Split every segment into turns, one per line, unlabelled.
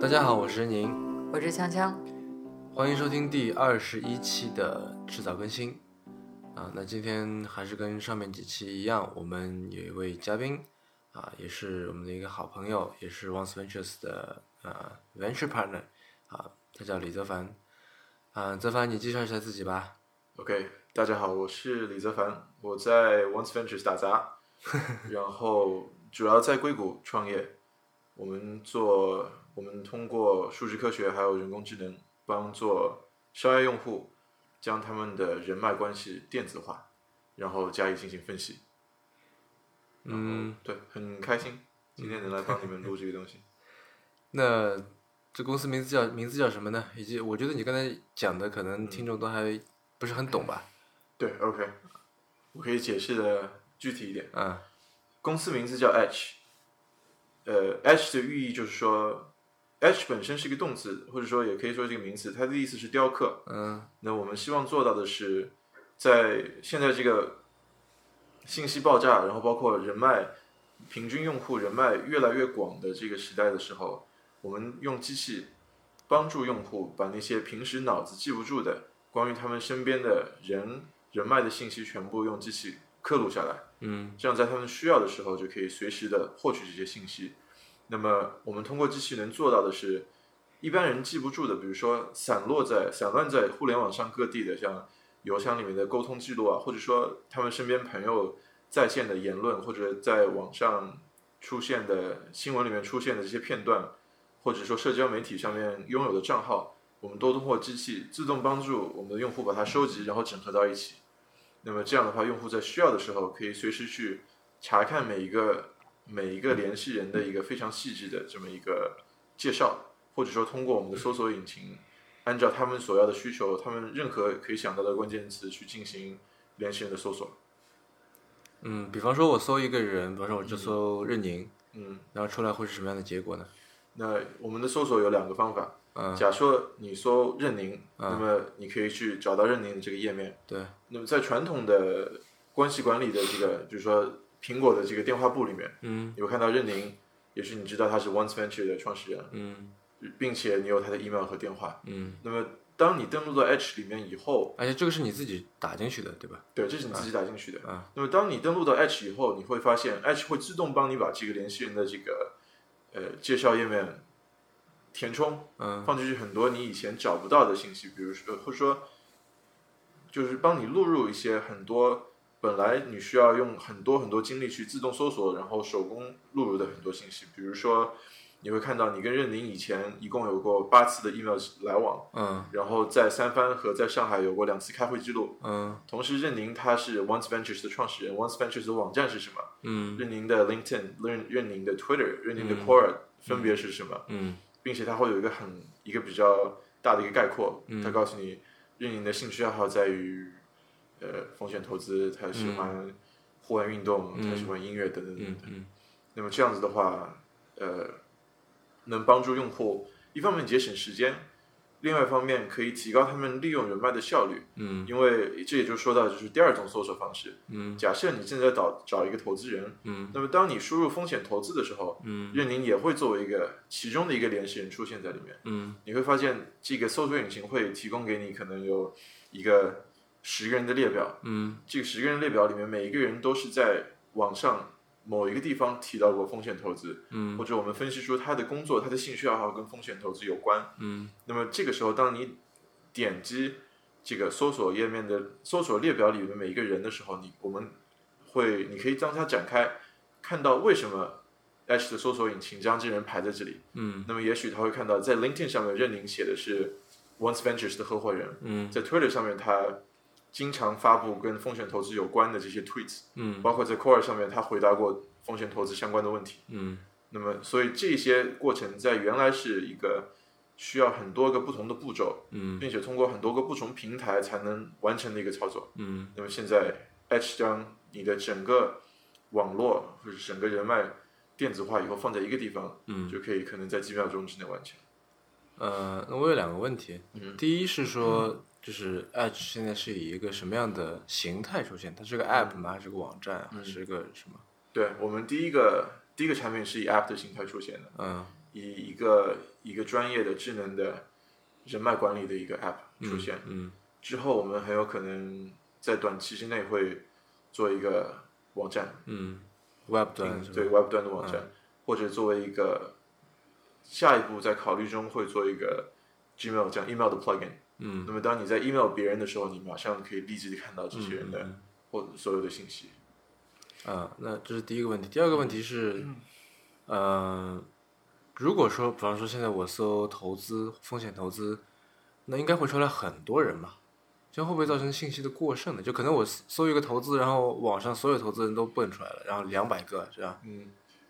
大家好，我是宁，
我是锵锵。
欢迎收听第二十一期的迟早更新。啊，那今天还是跟上面几期一样，我们有一位嘉宾，啊，也是我们的一个好朋友，也是 Once Ventures 的呃 venture partner，啊，他叫李泽凡。啊，泽凡，你介绍一下自己吧。
OK，大家好，我是李泽凡，我在 Once Ventures 打杂，然后主要在硅谷创业。我们做，我们通过数据科学还有人工智能，帮助商业用户将他们的人脉关系电子化，然后加以进行分析。
嗯，
对，很开心今天能来帮你们录这个东西。
那这公司名字叫名字叫什么呢？以及我觉得你刚才讲的，可能听众都还不是很懂吧？
对，OK，我可以解释的具体一点。
啊，
公司名字叫 H，呃，H 的寓意就是说，H 本身是一个动词，或者说也可以说这个名词，它的意思是雕刻。
嗯
那我们希望做到的是，在现在这个信息爆炸，然后包括人脉、平均用户人脉越来越广的这个时代的时候，我们用机器帮助用户把那些平时脑子记不住的关于他们身边的人人脉的信息，全部用机器刻录下来。
嗯
这样在他们需要的时候就可以随时的获取这些信息。那么我们通过机器能做到的是，一般人记不住的，比如说散落在散乱在互联网上各地的，像邮箱里面的沟通记录啊，或者说他们身边朋友在线的言论，或者在网上出现的新闻里面出现的这些片段，或者说社交媒体上面拥有的账号，我们都通过机器自动帮助我们的用户把它收集，然后整合到一起。那么这样的话，用户在需要的时候可以随时去查看每一个每一个联系人的一个非常细致的这么一个介绍，或者说通过我们的搜索引擎，按照他们所要的需求，他们任何可以想到的关键词去进行联系人的搜索。
嗯，比方说我搜一个人，比方说我就搜任宁，
嗯，
然后出来会是什么样的结果呢？
那我们的搜索有两个方法，
嗯，
假设你搜任宁，
嗯
那么你可以去找到任宁的这个页面，
对，
那么在传统的关系管理的这个，比如说苹果的这个电话簿里面，
嗯
你会看到任宁，也许你知道他是 Once Venture 的创始人，
嗯
并且你有他的 email 和电话。
嗯，
那么当你登录到 H 里面以后，
而且这个是你自己打进去的，对吧？
对，这是你自己打进去的。
啊
那么当你登录到 H 以后，你会发现 H 会自动帮你把这个联系人的这个呃介绍页面填充，
嗯
放进去很多你以前找不到的信息，比如说或者说就是帮你录入一些很多本来你需要用很多很多精力去自动搜索，然后手工录入的很多信息，比如说你会看到你跟任宁以前一共有过八次的 email 来往，
嗯
然后在三藩和在上海有过两次开会记录。
嗯
同时，任宁他是 Once Ventures 的创始人，Once Ventures 的网站是什么？
嗯
任宁的 LinkedIn、任任宁的 Twitter、任宁的 Quora 分别是什么？
嗯
并且它会有一个很一个比较大的一个概括，
嗯
它告诉你运营的兴趣爱好在于呃风险投资，他喜欢户外运动，
嗯
他喜欢音乐等等
嗯
等等。
嗯
那么这样子的话，呃，能帮助用户一方面节省时间，另外一方面可以提高他们利用人脉的效率，
嗯
因为这也就说到就是第二种搜索方式。
嗯
假设你正在找找一个投资人，
嗯
那么当你输入风险投资的时候，
嗯
任宁也会作为一个其中的一个联系人出现在里面。
嗯
你会发现，这个搜索引擎会提供给你可能有一个十个人的列表，
嗯
这个十个人列表里面每一个人都是在网上某一个地方提到过风险投资，
嗯
或者我们分析出他的工作、他的兴趣爱好跟风险投资有关。
嗯
那么这个时候，当你点击这个搜索页面的搜索列表里的每一个人的时候，你我们会你可以将它展开，看到为什么 H 的搜索引擎将这人排在这里。
嗯
那么也许他会看到，在 LinkedIn 上面，任宁写的是 Once Ventures 的合伙人，
嗯
在 Twitter 上面，他经常发布跟风险投资有关的这些 tweets，
嗯
包括在 Quora 上面，他回答过风险投资相关的问题。
嗯
那么，所以这些过程在原来是一个需要很多个不同的步骤，
嗯
并且通过很多个不同平台才能完成的一个操作。
嗯
那么现在 H 将你的整个网络或者整个人脉电子化以后放在一个地方，
嗯
就可以可能在几秒钟之内完成。
呃，那我有两个问题，
嗯
第一是说，就是 Edge 现在是以一个什么样的形态出现？它
嗯
是个 App 吗？还是个网站？还是个什么？
对我们第一个第一个产品是以 App 的形态出现的，
嗯
以一个一个专业的智能的人脉管理的一个 app 出现。
嗯，
之后我们很有可能在短期之内会做一个网站，
嗯，Web 端是吧嗯
对 Web 端的网站，或者作为一个下一步在考虑中会做一个 Gmail 这样 email 的 plugin。
嗯，
那么当你在 email 别人的时候，你马上可以立即的看到这些人
嗯
的、或所有的信息。
啊，那这是第一个问题。第二个问题是，呃，如果说，比方说现在我搜投资风险投资，那应该会出来很多人嘛？这样会不会造成信息的过剩呢？就可能我搜搜一个投资，然后网上所有投资人都蹦出来了，然后两百个，是吧？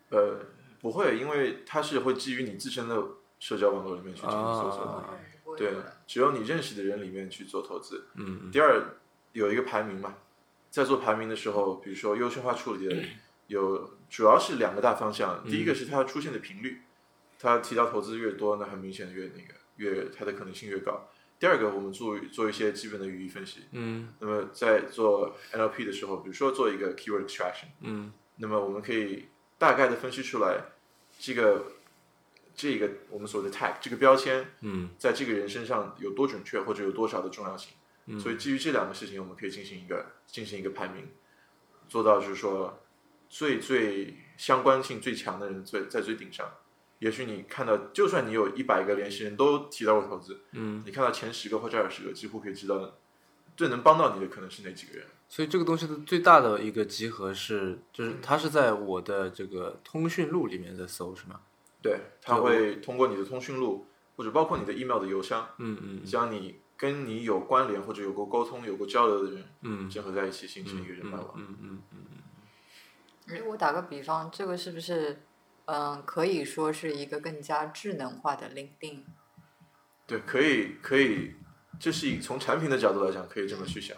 呃，不会，因为它是会基于你自身的社交网络里面去进行搜索的。
啊
对，只有你认识的人里面去做投资。
嗯
第二，有一个排名嘛，在做排名的时候，比如说优先化处理的有，主要是两个大方向。第一
嗯
个是它出现的频率，它提到投资越多，那很明显越那个越它的可能性越高。第二个，我们做做一些基本的语义分析。
嗯
那么在做 NLP 的时候，比如说做一个 keyword extraction，
嗯
那么我们可以大概的分析出来这个这个我们所谓的 tag 这个标签
嗯
在这个人身上有多准确或者有多少的重要性。
嗯
所以基于这两个事情，我们可以进行一个进行一个排名，做到就是说最最相关性最强的人最在最顶上。也许你看到，就算你有一百个联系人都提到过投资，
嗯。
你看到前十个或者二十个，几乎可以知道最能帮到你的可能是哪几个人。
所以这个东西的最大的一个集合是，就是它是在我的这个通讯录里面在搜，是吗？
对，它
对
会通过你的通讯录，或者包括你的 email 的邮箱，
嗯嗯
将你跟你有关联或者有过沟通、有过交流的人
嗯，
结合在一起，形成一个人脉网。
嗯嗯嗯
哎我打个比方，这个是不是，嗯，可以说是一个更加智能化的 LinkedIn？
对，可以，可以，这是一从产品的角度来讲，可以这么去想。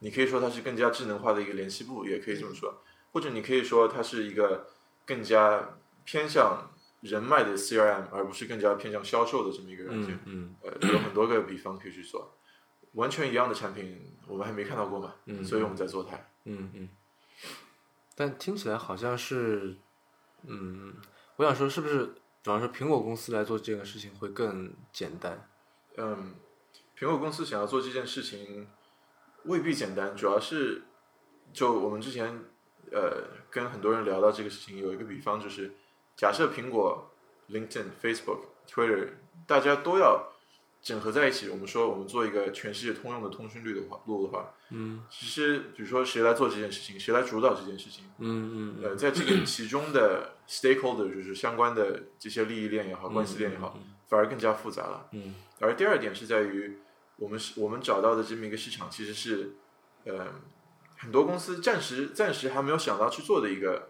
你可以说它是更加智能化的一个联系部，也可以这么说，或者你可以说它是一个更加偏向人脉的 CRM，而不是更加偏向销售的这么一个软件。
嗯嗯
呃，有很多个比方可以去做。完全一样的产品，我们还没看到过嘛，
嗯
所以我们在做它。
嗯嗯。但听起来好像是，嗯，我想说是不是，比方说苹果公司来做这个事情会更简单？
嗯，苹果公司想要做这件事情未必简单，主要是就我们之前呃跟很多人聊到这个事情，有一个比方就是，假设苹果、LinkedIn、Facebook、Twitter 大家都要整合在一起，我们说我们做一个全世界通用的通讯录的话录的话，
嗯
其实比如说谁来做这件事情，谁来主导这件事情，
嗯嗯
呃，在这个其中的 stakeholder 就是相关的这些利益链也好，关系链也好，反而更加复杂了。
嗯
而第二点是在于，我们是我们找到的这么一个市场，其实是，呃，很多公司暂时暂时还没有想到去做的一个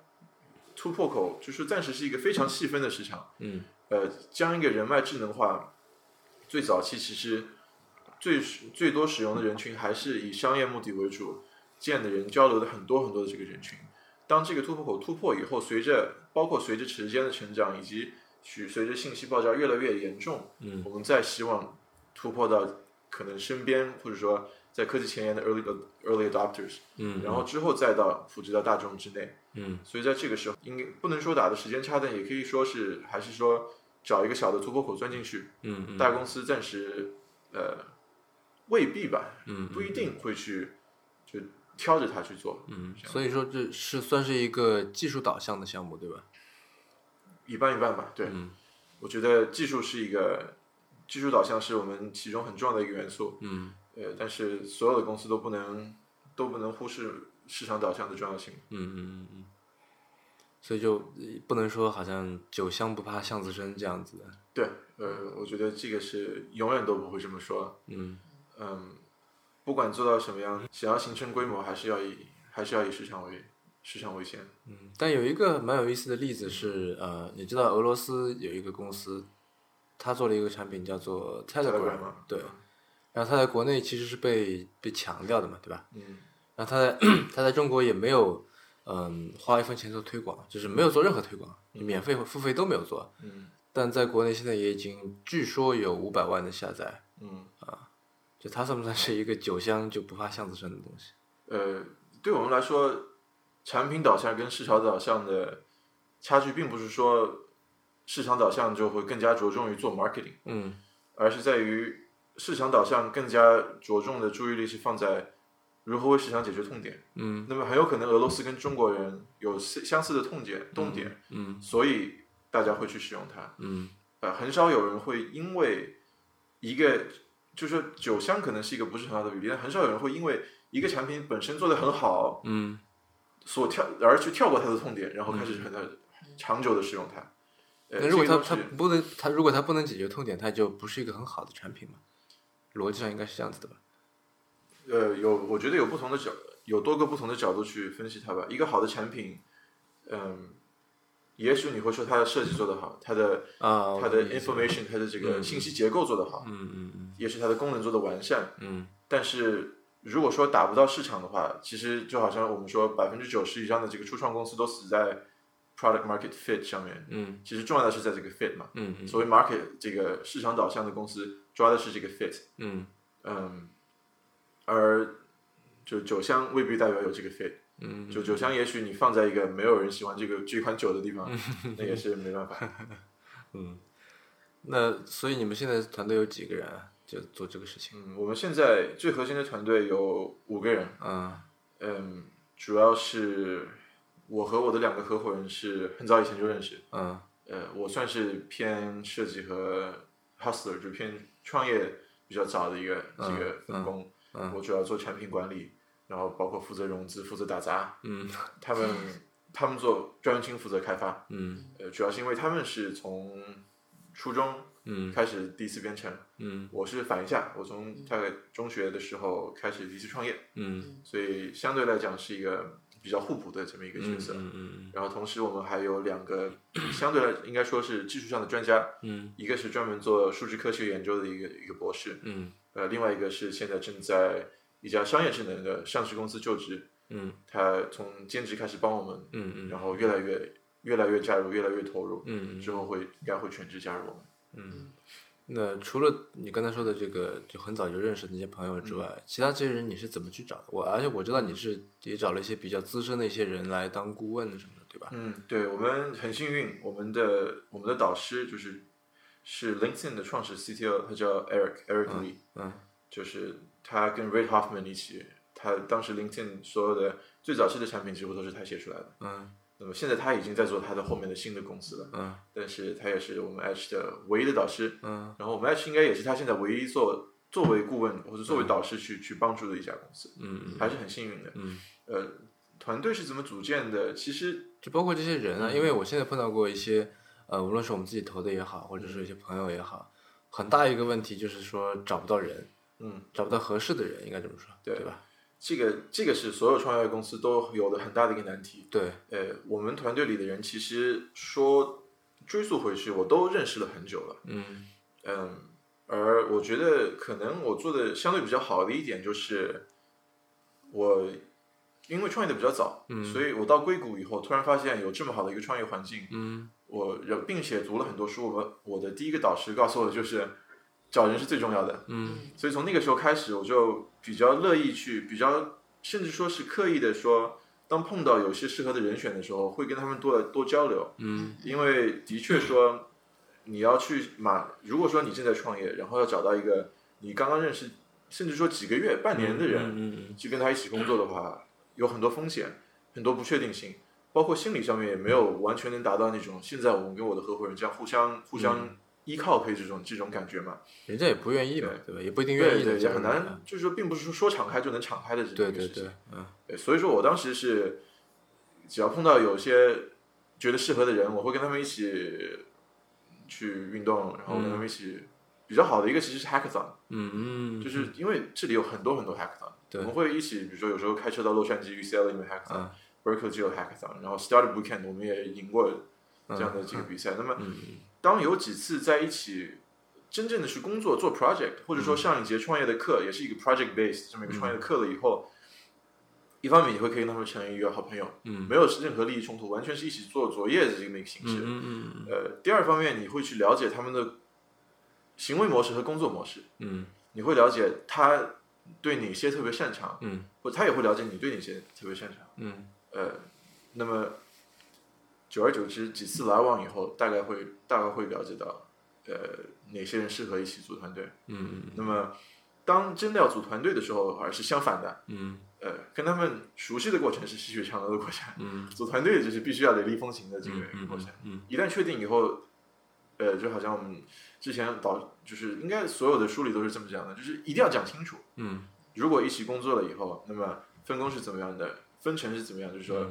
突破口，就是暂时是一个非常细分的市场。
嗯
呃，将一个人脉智能化，最早期其实最最多使用的人群还是以商业目的为主，见的人交流的很多很多的这个人群。当这个突破口突破以后，随着包括随着时间的成长，以及随随着信息爆炸越来越严重，
嗯
我们再希望突破到可能身边或者说在科技前沿的 early early adopters，
嗯，
然后之后再到普及到大众之内。
嗯
所以在这个时候，应该不能说打的时间差，但也可以说是还是说找一个小的突破口钻进去。
嗯嗯
大公司暂时呃未必吧，
嗯
不一定会去就挑着它去做。
嗯，所以说这是算是一个技术导向的项目，对吧？
一半一半吧。对，
嗯
我觉得技术是一个技术导向是我们其中很重要的一个元素。
嗯
呃，但是所有的公司都不能都不能忽视市场导向的重要性。
嗯嗯嗯，所以就不能说好像酒香不怕巷子深这样子的。
对，呃，我觉得这个是永远都不会这么说。
嗯
嗯，不管做到什么样，想要形成规模，还是要以还是要以市场为市场为先。
嗯，但有一个蛮有意思的例子是，呃，你知道俄罗斯有一个公司，它做了一个产品叫做 Telegram，啊
Telegram
对，然后它在国内其实是被被强调的嘛，对吧？
嗯
然后它在 它在中国也没有，嗯，花一分钱做推广，就是没有做任何推广，免费和付费都没有做，
嗯
但在国内现在也已经据说有五百万的下载，啊
嗯，
就它算不算是一个酒香就不怕巷子深的东西？
呃，对我们来说，产品导向跟市场导向的差距，并不是说市场导向就会更加着重于做 marketing，
嗯
而是在于市场导向更加着重的注意力是放在如何为市场解决痛点。
嗯
那么很有可能俄罗斯跟中国人有相相似的痛点痛点，
嗯
所以大家会去使用它。
嗯
呃，很少有人会因为一个，就是说酒香可能是一个不是很好的比例，但很少有人会因为一个产品本身做的很好，
嗯
所跳而去跳过它的痛点，然后开始很呃长久的使用它。呃
那如果它
这个
它
东西
不能，它如果它不能解决痛点，它就不是一个很好的产品嘛。逻辑上应该是这样子的吧？
呃，有，我觉得有不同的角，有多个不同的角度去分析它吧。一个好的产品，嗯，也许你会说它的设计做得好，它的
啊，我
它
懂
的
你意思
information，它的这个
嗯
信息结构做得好，
嗯嗯嗯
也许它的功能做得完善。
嗯
但是如果说打不到市场的话，其实就好像我们说百分之九十以上的这个初创公司都死在 product market fit 上面。
嗯
其实重要的是在这个 fit 嘛，
嗯嗯
所谓 market 这个市场导向的公司抓的是这个 fit，
嗯
嗯，而就酒香未必代表有这个 fit，
嗯，
就酒香也许你放在一个没有人喜欢这个这款酒的地
嗯
方，那也是没办法。
那所以你们现在团队有几个人啊？就做这个事情？
嗯，我们现在最核心的团队有五个人，
嗯
嗯，主要是我和我的两个合伙人是很早以前就认识，
嗯
呃，我算是偏设计和 hustler，就偏创业比较早的一个、这个分工。
嗯
我主要做产品管理，然后包括负责融资、负责打砸，
嗯
他们他们做专心负责开发。
嗯
呃，主要是因为他们是从初中
嗯
开始第一次编程，
嗯
我是反一下，我从大概中学的时候开始第一次创业。
嗯
所以相对来讲是一个比较互补的这么一个角色。
嗯嗯
然后同时我们还有两个相对来应该说是技术上的专家，
嗯
一个是专门做数据科学研究的一个一个博士，
嗯
呃，另外一个是现在正在一家商业智能的上市公司就职，
嗯
他从兼职开始帮我们，
嗯
然后越来越越来越加入，越来越投入，
嗯
之后会应该会全职加入我们。
嗯。那除了你刚才说的这个就很早就认识的那些朋友之
嗯
外，其他这些人你是怎么去找的？我而且我知道你是也找了一些比较资深的一些人来当顾问什么的，对吧？
嗯，对我们很幸运，我们的我们的导师就是是 LinkedIn 的创始 CTO，他叫 Eric Eric Lee，、
嗯
就是他跟 Reid Hoffman 一起，他当时 LinkedIn 所有的最早期的产品几乎都是他写出来的。
嗯
那么现在他已经在做他的后面的新的公司了，
嗯
但是他也是我们 H 的唯一的导师。
嗯
然后我们 H 应该也是他现在唯一做作为顾问或者作为导师去、去帮助的一家公司，
嗯
还是很幸运的。
嗯，
呃，团队是怎么组建的？其实
就包括这些人啊，
嗯
因为我现在碰到过一些，呃，无论是我们自己投的也好，或者是一些朋友也好，很大一个问题就是说找不到人，
嗯，
找不到合适的人，应该这么说，
对
对吧？
这个这个是所有创业公司都有的很大的一个难题。
对，
呃，我们团队里的人其实说追溯回去，我都认识了很久了。
嗯
嗯，而我觉得可能我做的相对比较好的一点就是，我因为创业的比较早，嗯，所以我到硅谷以后，突然发现有这么好的一个创业环境，
嗯
我然并且读了很多书。我我的第一个导师告诉我的就是，找人是最重要的。
嗯
所以从那个时候开始，我就比较乐意去，比较甚至说是刻意的说，当碰到有些适合的人选的时候，会跟他们多多交流。
嗯
因为的确说，你要去马，如果说你正在创业，然后要找到一个你刚刚认识，甚至说几个月、半年的人，
嗯嗯
去跟他一起工作的话，有很多风险，很多不确定性，包括心理上面也没有完全能达到那种现在我们跟我的合伙人这样互相
嗯
互相依靠，可以这种这种感觉嘛？
人家也不愿意嘛，对吧？也不一定愿
对
意
对，
的，
也很难，，就是说，并不是说说敞开就能敞开的这么
对
一个
对
事情
对。，嗯
对，所以说我当时是，只要碰到有些觉得适合的人，我会跟他们一起去运动，然后跟他
嗯
们一起。比较好的一个其实是 hackathon，
嗯嗯，
就是因为这里有很多很多 hackathon，
对嗯
我们会一起，比如说有时候开车到洛杉矶 UCLA 里面 hackathon，Berkeley 就有 hackathon，然后 Startup Weekend 我们也赢过
嗯
这样的这个比赛。那么当有几次在一起真正的去工作做 project，或者
嗯
说上一节创业的课也是一个 project base 这么一个创业的课了以后，一方面你会可以跟他们成为一个好朋友，
嗯
没有任何利益冲突，完全是一起做作业的这么一个形式。
嗯嗯
呃，第二方面你会去了解他们的行为模式和工作模式，
嗯
你会了解他对哪些特别擅长，
嗯
呃或者他也会了解你对哪些特别擅长。
嗯
呃，那么久而久之，几次来往以后，大概会大概会了解到，呃，哪些人适合一起组团队。
嗯
那么，当真的要组团队的时候，而是相反的，
嗯
呃，跟他们熟悉的过程是细水长流的过程，
嗯
组团队就是必须要雷厉风行的这个
嗯
过程。
嗯
一旦确定以后，呃，就好像我们之前导就是应该所有的书里都是这么讲的，就是一定要讲清楚。
嗯，
如果一起工作了以后，那么分工是怎么样的，分成是怎么样，就是
嗯
说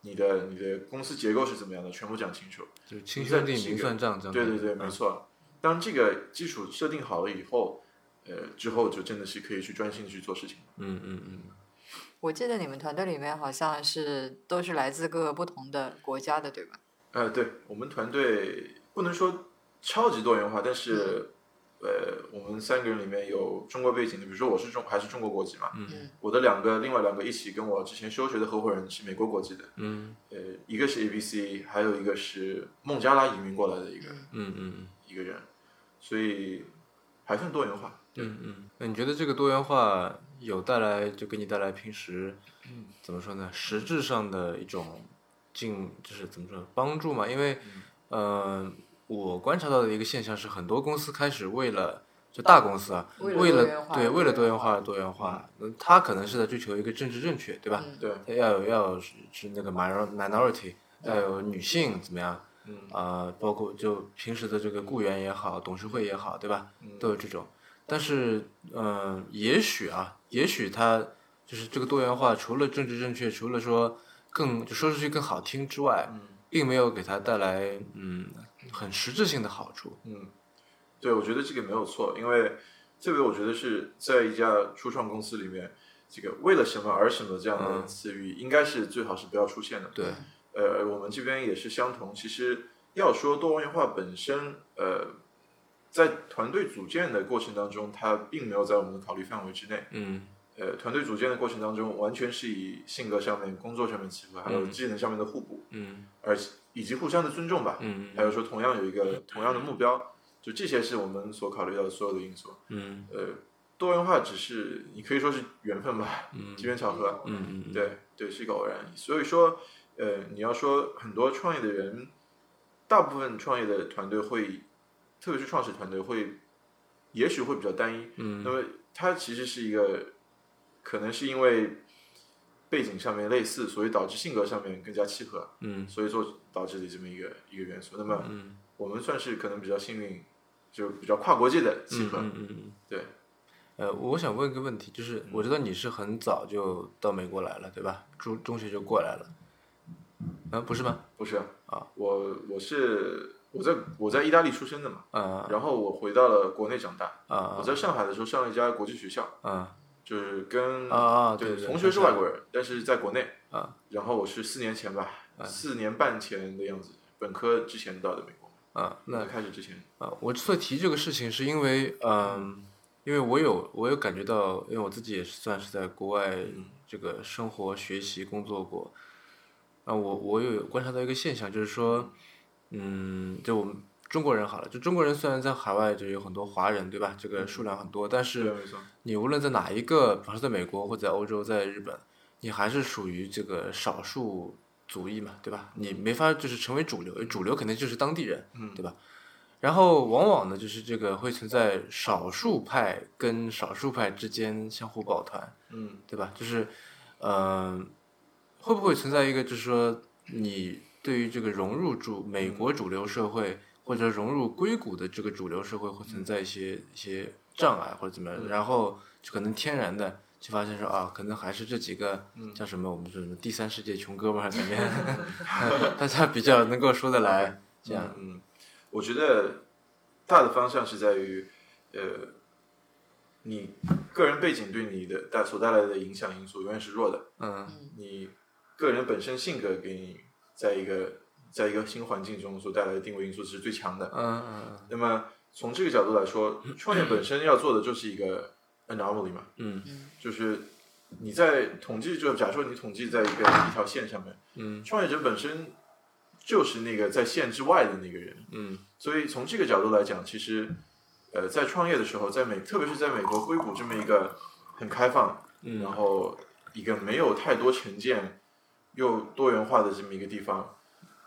你的你的公司结构是怎么样的，全部讲清楚。
就清算定明算账这样。
对对对，没错。当这个基础设定好了以后，呃，之后就真的是可以去专心地去做事情了。
嗯嗯嗯，
我记得你们团队里面好像是都是来自各个不同的国家的，对吧？
呃，对我们团队不能说超级多元化，但是、呃，我们三个人里面有中国背景的，比如说我是中还是中国国籍嘛，
嗯，
我的两个另外两个一起跟我之前休学的合伙人是美国国籍的，
嗯
呃，一个是 ABC，还有一个是孟加拉移民过来的一个、
嗯嗯
一个人，所以还算多元化。
嗯嗯。那你觉得这个多元化有带来就给你带来平时怎么说呢？实质上的一种进就是怎么说帮助嘛？因为呃，我观察到的一个现象是，很多公司开始为了就大公司啊，
为
为
了多元
了
化
对
而
为了多
多
元
元
化
化
而多元化，嗯，他可能是在追求一个政治正确，对吧？
嗯
对，
要有要有是是那个 minor minority，要有女性怎么样？
嗯
啊、包括就平时的这个雇员也好，董事会也好，对吧？
嗯
都有这种。但是，嗯、也许啊，也许它就是这个多元化，除了政治正确，除了说更就说出去更好听之外，并没有给它带来嗯很实质性的好处。
嗯，对，我觉得这个没有错，因为特别我觉得是在一家初创公司里面，这个为了什么而什么这样的
嗯
词语，应该是最好是不要出现的。
对，
呃，我们这边也是相同。其实要说多元化本身，呃，在团队组建的过程当中，它并没有在我们的考虑范围之内。
嗯
呃，团队组建的过程当中，完全是以性格上面、工作上面契合，还有
嗯
技能上面的互补，
嗯
而以及互相的尊重吧。
嗯
还有说同样有一个同样的目标，就这些是我们所考虑到的所有的因素。
嗯
呃，多元化只是你可以说是缘分吧，
嗯
机缘巧合。
嗯嗯，
对对，是一个偶然。所以说，呃，你要说很多创业的人，大部分创业的团队会，特别是创始团队会，也许会比较单一。
嗯
那么它其实是一个，可能是因为背景上面类似，所以导致性格上面更加契合，
嗯
所以说导致的这么一个一个元素。那么
嗯
我们算是可能比较幸运，就比较跨国界的契
嗯
合。
嗯嗯。
对，
呃，我想问一个问题，就是我知道你是很早就到美国来了，对吧？中中学就过来了，啊，不是吗？
不是
啊，
我我是我在我在意大利出生的嘛。
啊
然后我回到了国内长大。我
啊
在上海的时候上了一家国际学校，
啊
就是跟
啊啊对
对
对
同学是
很像
外国人，但是在国内
啊。
然后我是四年前吧，四年半前的样子，本科之前到的美国，
啊！那
在开始之前，
啊，我之所以提这个事情，是因为嗯、因为我有我有感觉到，因为我自己也是算是在国外这个生活、学习、工作过。啊，我我有观察到一个现象，就是说，嗯，就我们中国人好了，就中国人虽然在海外就有很多华人，对吧？这个数量很多，但是
对，没错，
你无论在哪一个，比方说在美国或者在欧洲、在日本，你还是属于这个少数族裔嘛，对吧？你没法就是成为主流，主流肯定就是当地人，
嗯
对吧？然后往往呢，就是这个会存在少数派跟少数派之间相互抱团，
嗯
对吧？就是，嗯、会不会存在一个，就是说你对于这个融入主美国主流社会，或者融入硅谷的这个主流社会，会存在一些一些障碍或者怎么样？然后就可能天然的就发现说啊，可能还是这几个叫什么，我们说什么第三世界穷哥们儿里面， 大家比较能够说得来，这样，
嗯，我觉得大的方向是在于，呃，你个人背景对你的带所带来的影响因素永远是弱的，
嗯
你个人本身性格给你在一个在一个新环境中所带来的定位因素是最强的。
嗯嗯
那么从这个角度来说，创业本身要做的就是一个 anomaly 嘛，
嗯
就是你在统计，就假设你统计在一个一条线上面，
嗯
创业者本身就是那个在线之外的那个人，
嗯
所以从这个角度来讲，其实呃，在创业的时候，在美，特别是在美国硅谷这么一个很开放，
嗯
然后一个没有太多成见又多元化的这么一个地方，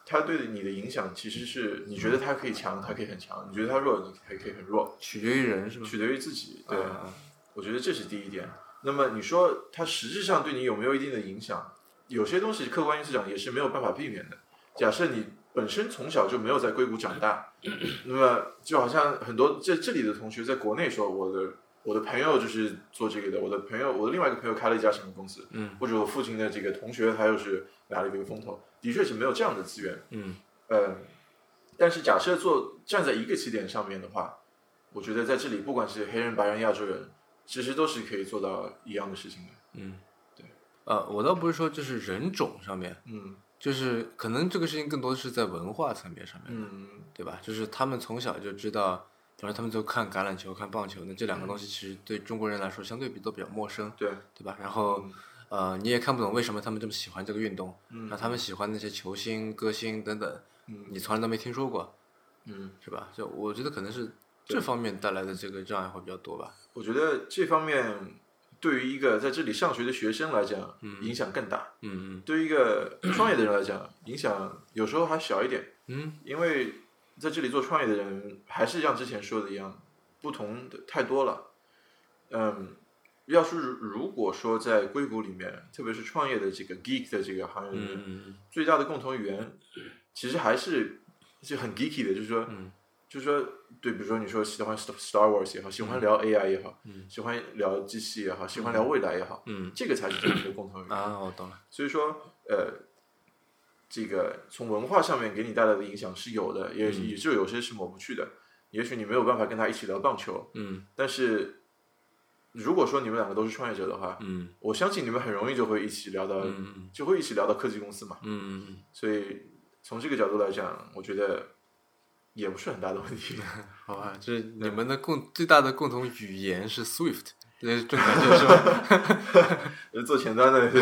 它对你的影响其实是你觉得它可以强，它可以很强；你觉得它弱，你还可以很弱，
取决于人是吗？
取决于自己。对，
啊
我觉得这是第一点。那么你说它实质上对你有没有一定的影响？有些东西客观因素讲也是没有办法避免的。假设你本身从小就没有在硅谷长大，那么就好像很多这这里的同学在国内说，我的我的朋友就是做这个的，我的朋友我的另外一个朋友开了一家什么公司，
嗯
或者我父亲的这个同学他又是拿了一个风投，的确是没有这样的资源。
嗯
呃，但是假设做站在一个起点上面的话，我觉得在这里不管是黑人、白人、亚洲人，其实都是可以做到一样的事情的。
嗯，
对。
呃，我倒不是说就是人种上面，
嗯
就是可能这个事情更多的是在文化层面上面，
嗯
对吧？就是他们从小就知道，反正他们就看橄榄球、看棒球，那这两个东西其实对中国人来说相对比都比较陌生，
对，
对吧？然后
嗯
呃，你也看不懂为什么他们这么喜欢这个运动，
嗯
那他们喜欢那些球星、歌星等等，
嗯
你从来都没听说过，
嗯，
是吧？就我觉得可能是这方面带来的这个障碍会比较多吧。
我觉得这方面对于一个在这里上学的学生来讲，影响更大；
嗯
对于一个创业的人来讲，影响有时候还小一点。
嗯
因为在这里做创业的人，还是像之前说的一样，不同的太多了。嗯，要是如果说在硅谷里面，特别是创业的这个 geek 的这个行业里面，
嗯
最大的共同语言其实还是就很 geeky 的，就是说，
嗯
就是说，对，比如说你说喜欢 Star Star Wars 也好，喜欢聊 AI 也好，
嗯
喜欢聊机器也好，喜欢聊未来也好，
嗯
这个才是真正的共同语
嗯
言。
啊，我懂了。
所以说，呃，这个从文化上面给你带来的影响是有的，也、
嗯
也就有些是抹不去的。也许你没有办法跟他一起聊棒球，
嗯
但是如果说你们两个都是创业者的话，
嗯
我相信你们很容易就会一起聊到，
嗯
就会一起聊到科技公司嘛。
嗯嗯，
所以从这个角度来讲，我觉得也不是很大的问 题。
好吧，就是你们的共最大的共同语言是 Swift，这是正 感觉是吧？
做前端的，对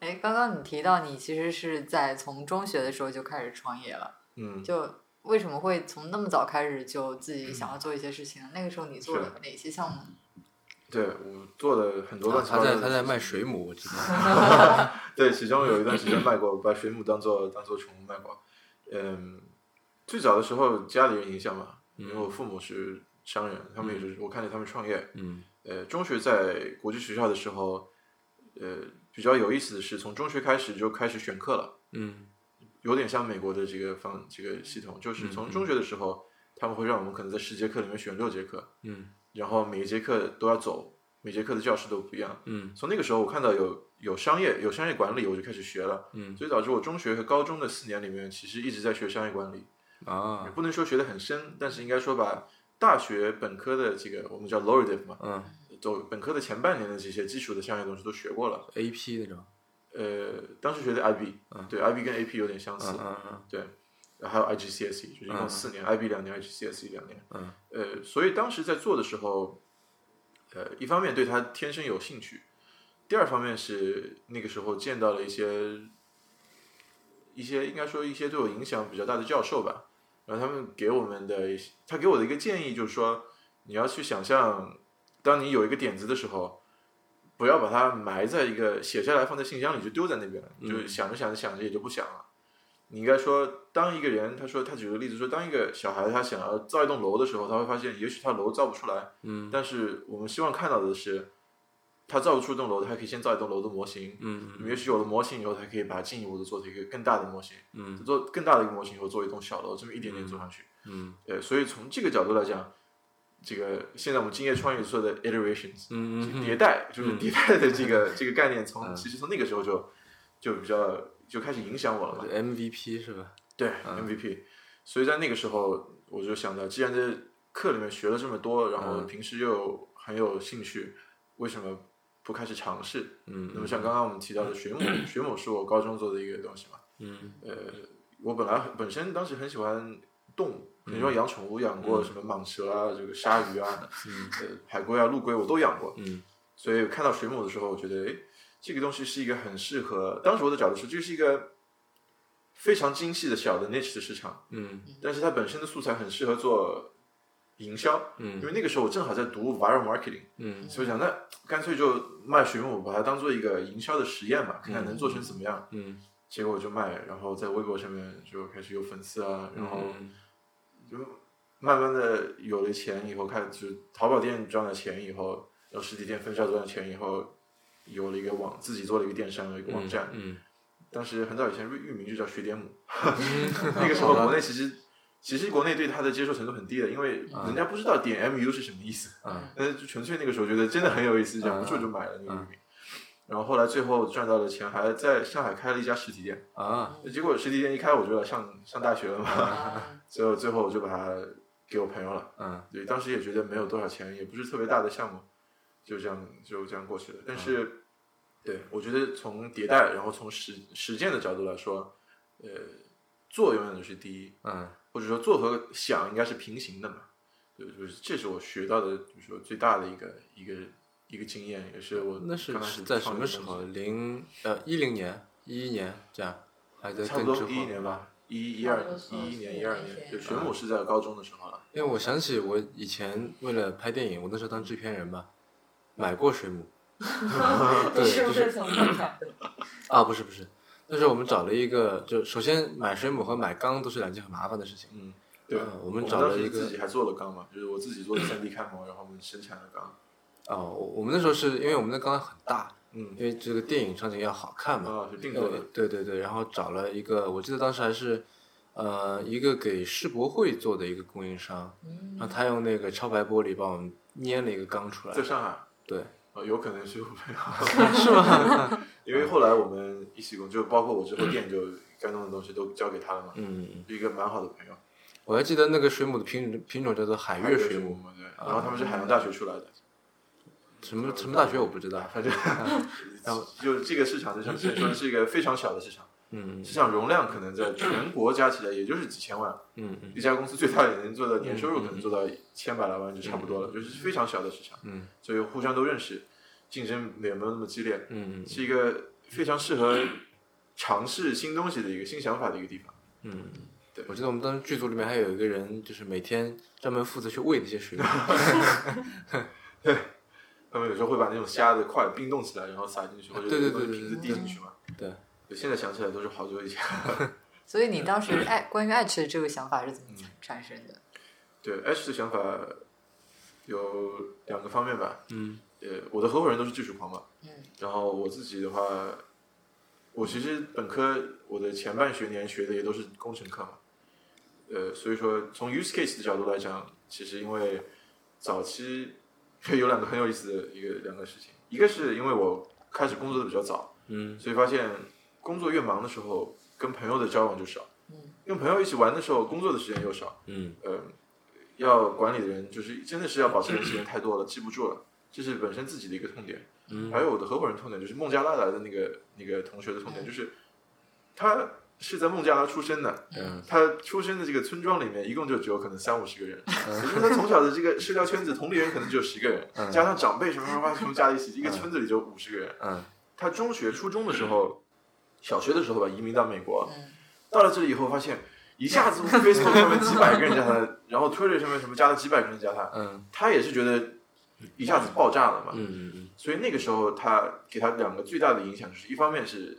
哎，刚刚你提到你其实是在从中学的时候就开始创业了，
嗯，
就为什么会从那么早开始就自己想要做一些事情呢？那个时候你做了哪些项目？
对我做的很多
啊
乱七八
他
糟
在
的事情。
他 在卖水母，我知道。
对，其中有一段时间卖过，把水母当做当做宠物卖过。嗯，最早的时候家里人影响嘛，因为我父母是商人，他们也是、我看着他们创业。
嗯
呃，中学在国际学校的时候，呃，比较有意思的是，从中学开始就开始选课了，
嗯
有点像美国的这个方这个系统，就是
嗯
从中学的时候，他们会让我们可能在十节课里面选六节课，
嗯
然后每一节课都要走，每节课的教室都不一样。
嗯
从那个时候，我看到有有商业有商业管理，我就开始学了。
嗯
所以导致我中学和高中的四年里面，其实一直在学商业管理，也
啊
不能说学得很深，但是应该说把大学本科的这个我们叫 Lorative 嘛，
嗯
走本科的前半年的这些基础的商业东西都学过了。
，A P 那种。
呃，当时学的 IB，、对 IB 跟 AP 有点相似，
嗯嗯
对，还有 IGCSE，就是一共
嗯
四年、i b 两年，IGCSE 两年。
嗯
呃，所以当时在做的时候，呃，一方面对它天生有兴趣，第二方面是那个时候见到了一些一些应该说一些对我影响比较大的教授吧，然后他们给我们的一些他给我的一个建议就是说，你要去想象，当你有一个点子的时候。不要把它埋在一个写下来放在信箱里就丢在那边了，
嗯
你就想着想着想着也就不想了。你应该说，当一个人，他说他举个例子说，当一个小孩他想要造一栋楼的时候，他会发现，也许他楼造不出来，
嗯
但是我们希望看到的是，他造不出一栋楼，他可以先造一栋楼的模型，
嗯
也许有了模型以后，他可以把它进一步的做成一个更大的模型，
嗯
做更大的一个模型以后做一栋小楼，这么一点点做上去。
嗯
呃，所以从这个角度来讲，这个现在我们敬业创业说的 iterations，
嗯
迭代就是迭代的这 个、这个概念从，其实从那个时候就就比较就开始影响我了嘛。
，M V P 是吧？
对
嗯
MVP，、所以在那个时候我就想到，既然在课里面学了这么多，然
嗯
后平时又很有兴趣，为什么不开始尝试？
嗯
那么像刚刚我们提到的水母，水母是我高中做的一个东西嘛。
嗯
呃，我本来很本身当时很喜欢动物，很
嗯
喜欢养宠物，养过什么蟒蛇啊，这个鲨鱼啊， 呃，海龟啊，陆龟我都养过。
嗯
所以看到水母的时候，我觉得，哎，这个东西是一个很适合。当时我的角度是，这是一个非常精细的小的 niche 的市场，
嗯
但是它本身的素材很适合做营销。因
嗯
为那个时候我正好在读 viral marketing，
嗯
所以我想那干脆就卖水母，把它当做一个营销的实验嘛，看看能做成怎么样。
嗯
结果就卖，然后在微博上面就开始有粉丝
嗯
啊，然后就慢慢的有了钱以后，开始就淘宝店赚了钱以后，然后实体店分销赚了钱以后，有了一个网自己做了一个电商，有一个网站，
嗯，
当时很早以前域域名就叫学点母， 那个时候国内其实其实国内对它的接受程度很低的，因为人家不知道点 MU 是什么意思，
嗯
但是就纯粹那个时候觉得真的很有意思，忍不住就买了那个域名。然后后来最后赚到的钱，还在上海开了一家实体店。
啊，
结果实体店一开，我就来上上大学了嘛，
嗯
最后最后我就把它给我朋友了。
嗯
对，当时也觉得没有多少钱，也不是特别大的项目，就这样就这样过去了。但是，
嗯
对我觉得从迭代，然后从实实践的角度来说，呃，做永远都是第一，
嗯
或者说做和想应该是平行的嘛。就就是这是我学到的，就是说最大的一个一个一个经验，也是我
那是
刚开始
在什
创业
么
的
时
东
候？
西？
零呃一零年、一一年这样，还在
差不
更之
多
后
一一年吧，一一
差
二
不多是
一一年一二年，
嗯
就玄武是在高中的时候了。
因为我想起我以前为了拍电影，我那时候当制片人嘛，买过水母
你嗯是不是从这买的？
啊，不是不是，但是我们找了一个，就首先买水母和买缸都是两件很麻烦的事情。
嗯，对，
嗯我
我
们找了
当时
一个
自己还做了缸嘛，就是我自己做的三 D 开模，然后我们生产了缸。
哦，我我们那时候是因为我们的缸很大，
嗯，
因为这个电影场景要好看嘛，
啊，是定做的
呃。对对对，然后找了一个，我记得当时还是，呃，一个给世博会做的一个供应商，
嗯
然后他用那个超白玻璃帮我们捏了一个缸出来
在。上海啊、
对，
有可能是我朋 友，
是吗？
因为后来我们一起工作，就包括我之后店就该弄的东西都交给他了嘛，
嗯，
是一个蛮好的朋友。
我还记得那个水母的品种品种叫做海
海
月
水
水
母
母，
嘛，对，然后他们是海洋大学出来的，
什么什么大学我不知道。
反正然后就这个市场，就是先说是一个非常小的市场，
嗯
市场容量可能在全国加起来也就是几千万，
嗯嗯
一家公司最大也能做到年收入可能做到千百来万就差不多了，就是非常小的市场，
嗯
所以互相都认识，竞争也没有那么激烈，
嗯
是一个非常适合尝试新东西的一个新想法的一个地方。
嗯，
对
我记得我们当时剧组里面还有一个人，就是每天专门负责去喂那些 水母。
他们有时候会把那种虾的块冰冻起来，然后撒进去，或者
对对对
用
对
瓶子
对
递进去嘛。
对，
对现在想起来都是好久以前。
所以你当时爱关于爱吃的这个想法是怎么产产生的？
对 H 的想法有两个方面吧。
嗯
呃，我的合伙人都是技术狂嘛。
嗯。
然后我自己的话，我其实本科我的前半学年学的也都是工程课嘛。呃，所以说从 use case 的角度来讲，其实因为早期 有两个很有意思的一个两个事情，一个是因为我开始工作的比较早，
嗯
所以发现工作越忙的时候，跟朋友的交往就少。
嗯，
跟朋友一起玩的时候，工作的时间又少。
嗯
呃，要管理的人就是真的是要保持的人时间太多了，记不住了，这是本身自己的一个痛点。
嗯
还有我的合伙人痛点就是孟加拉来的那个那个同学的
嗯
痛点，就是他是在孟加拉出生的，
嗯
他出生的这个村庄里面一共就只有可能三五十个人，
嗯
也就是他从小的这个社交圈子，同龄人可能只有十个人，加上长辈什么什么什么加在一起，一个村子里就五十个人。
嗯
他中学、初中的时候，小学的时候吧，移民到美国，
嗯
到了这里以后发现，一下子 Facebook 上面几百个人加他，然后 Twitter 上面什么加了几百个人加他，
嗯
他也是觉得一下子爆炸了嘛。
嗯
所以那个时候他给他两个最大的影响就是，一方面是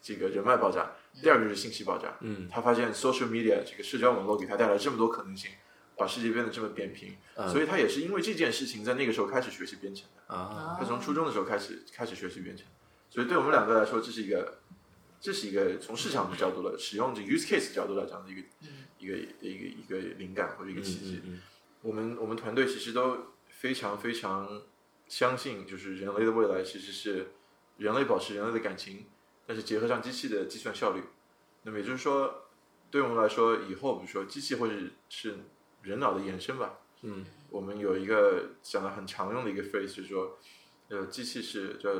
这个人脉爆炸，第二个就是信息爆炸。
嗯
他发现 social media 这个社交网络给他带来这么多可能性，把世界变得这么扁平，
嗯
所以他也是因为这件事情在那个时候开始学习编程的。
哦
啊
他从初中的时候开始开始学习编程，所以对我们两个来说，这是一个这是一个从市场的角度来使用这个 use case 角度来讲的一个
嗯
一个一个一个灵感或者一个
嗯
契机。
嗯
我们我们团队其实都非常非常相信，就是人类的未来其实是人类保持人类的感情，但是结合上机器的计算效率。那么也就是说，对我们来说，以后比如说机器或者是人脑的延伸吧，
嗯
我们有一个讲的很常用的一个 phrase，就是说，呃，机器是叫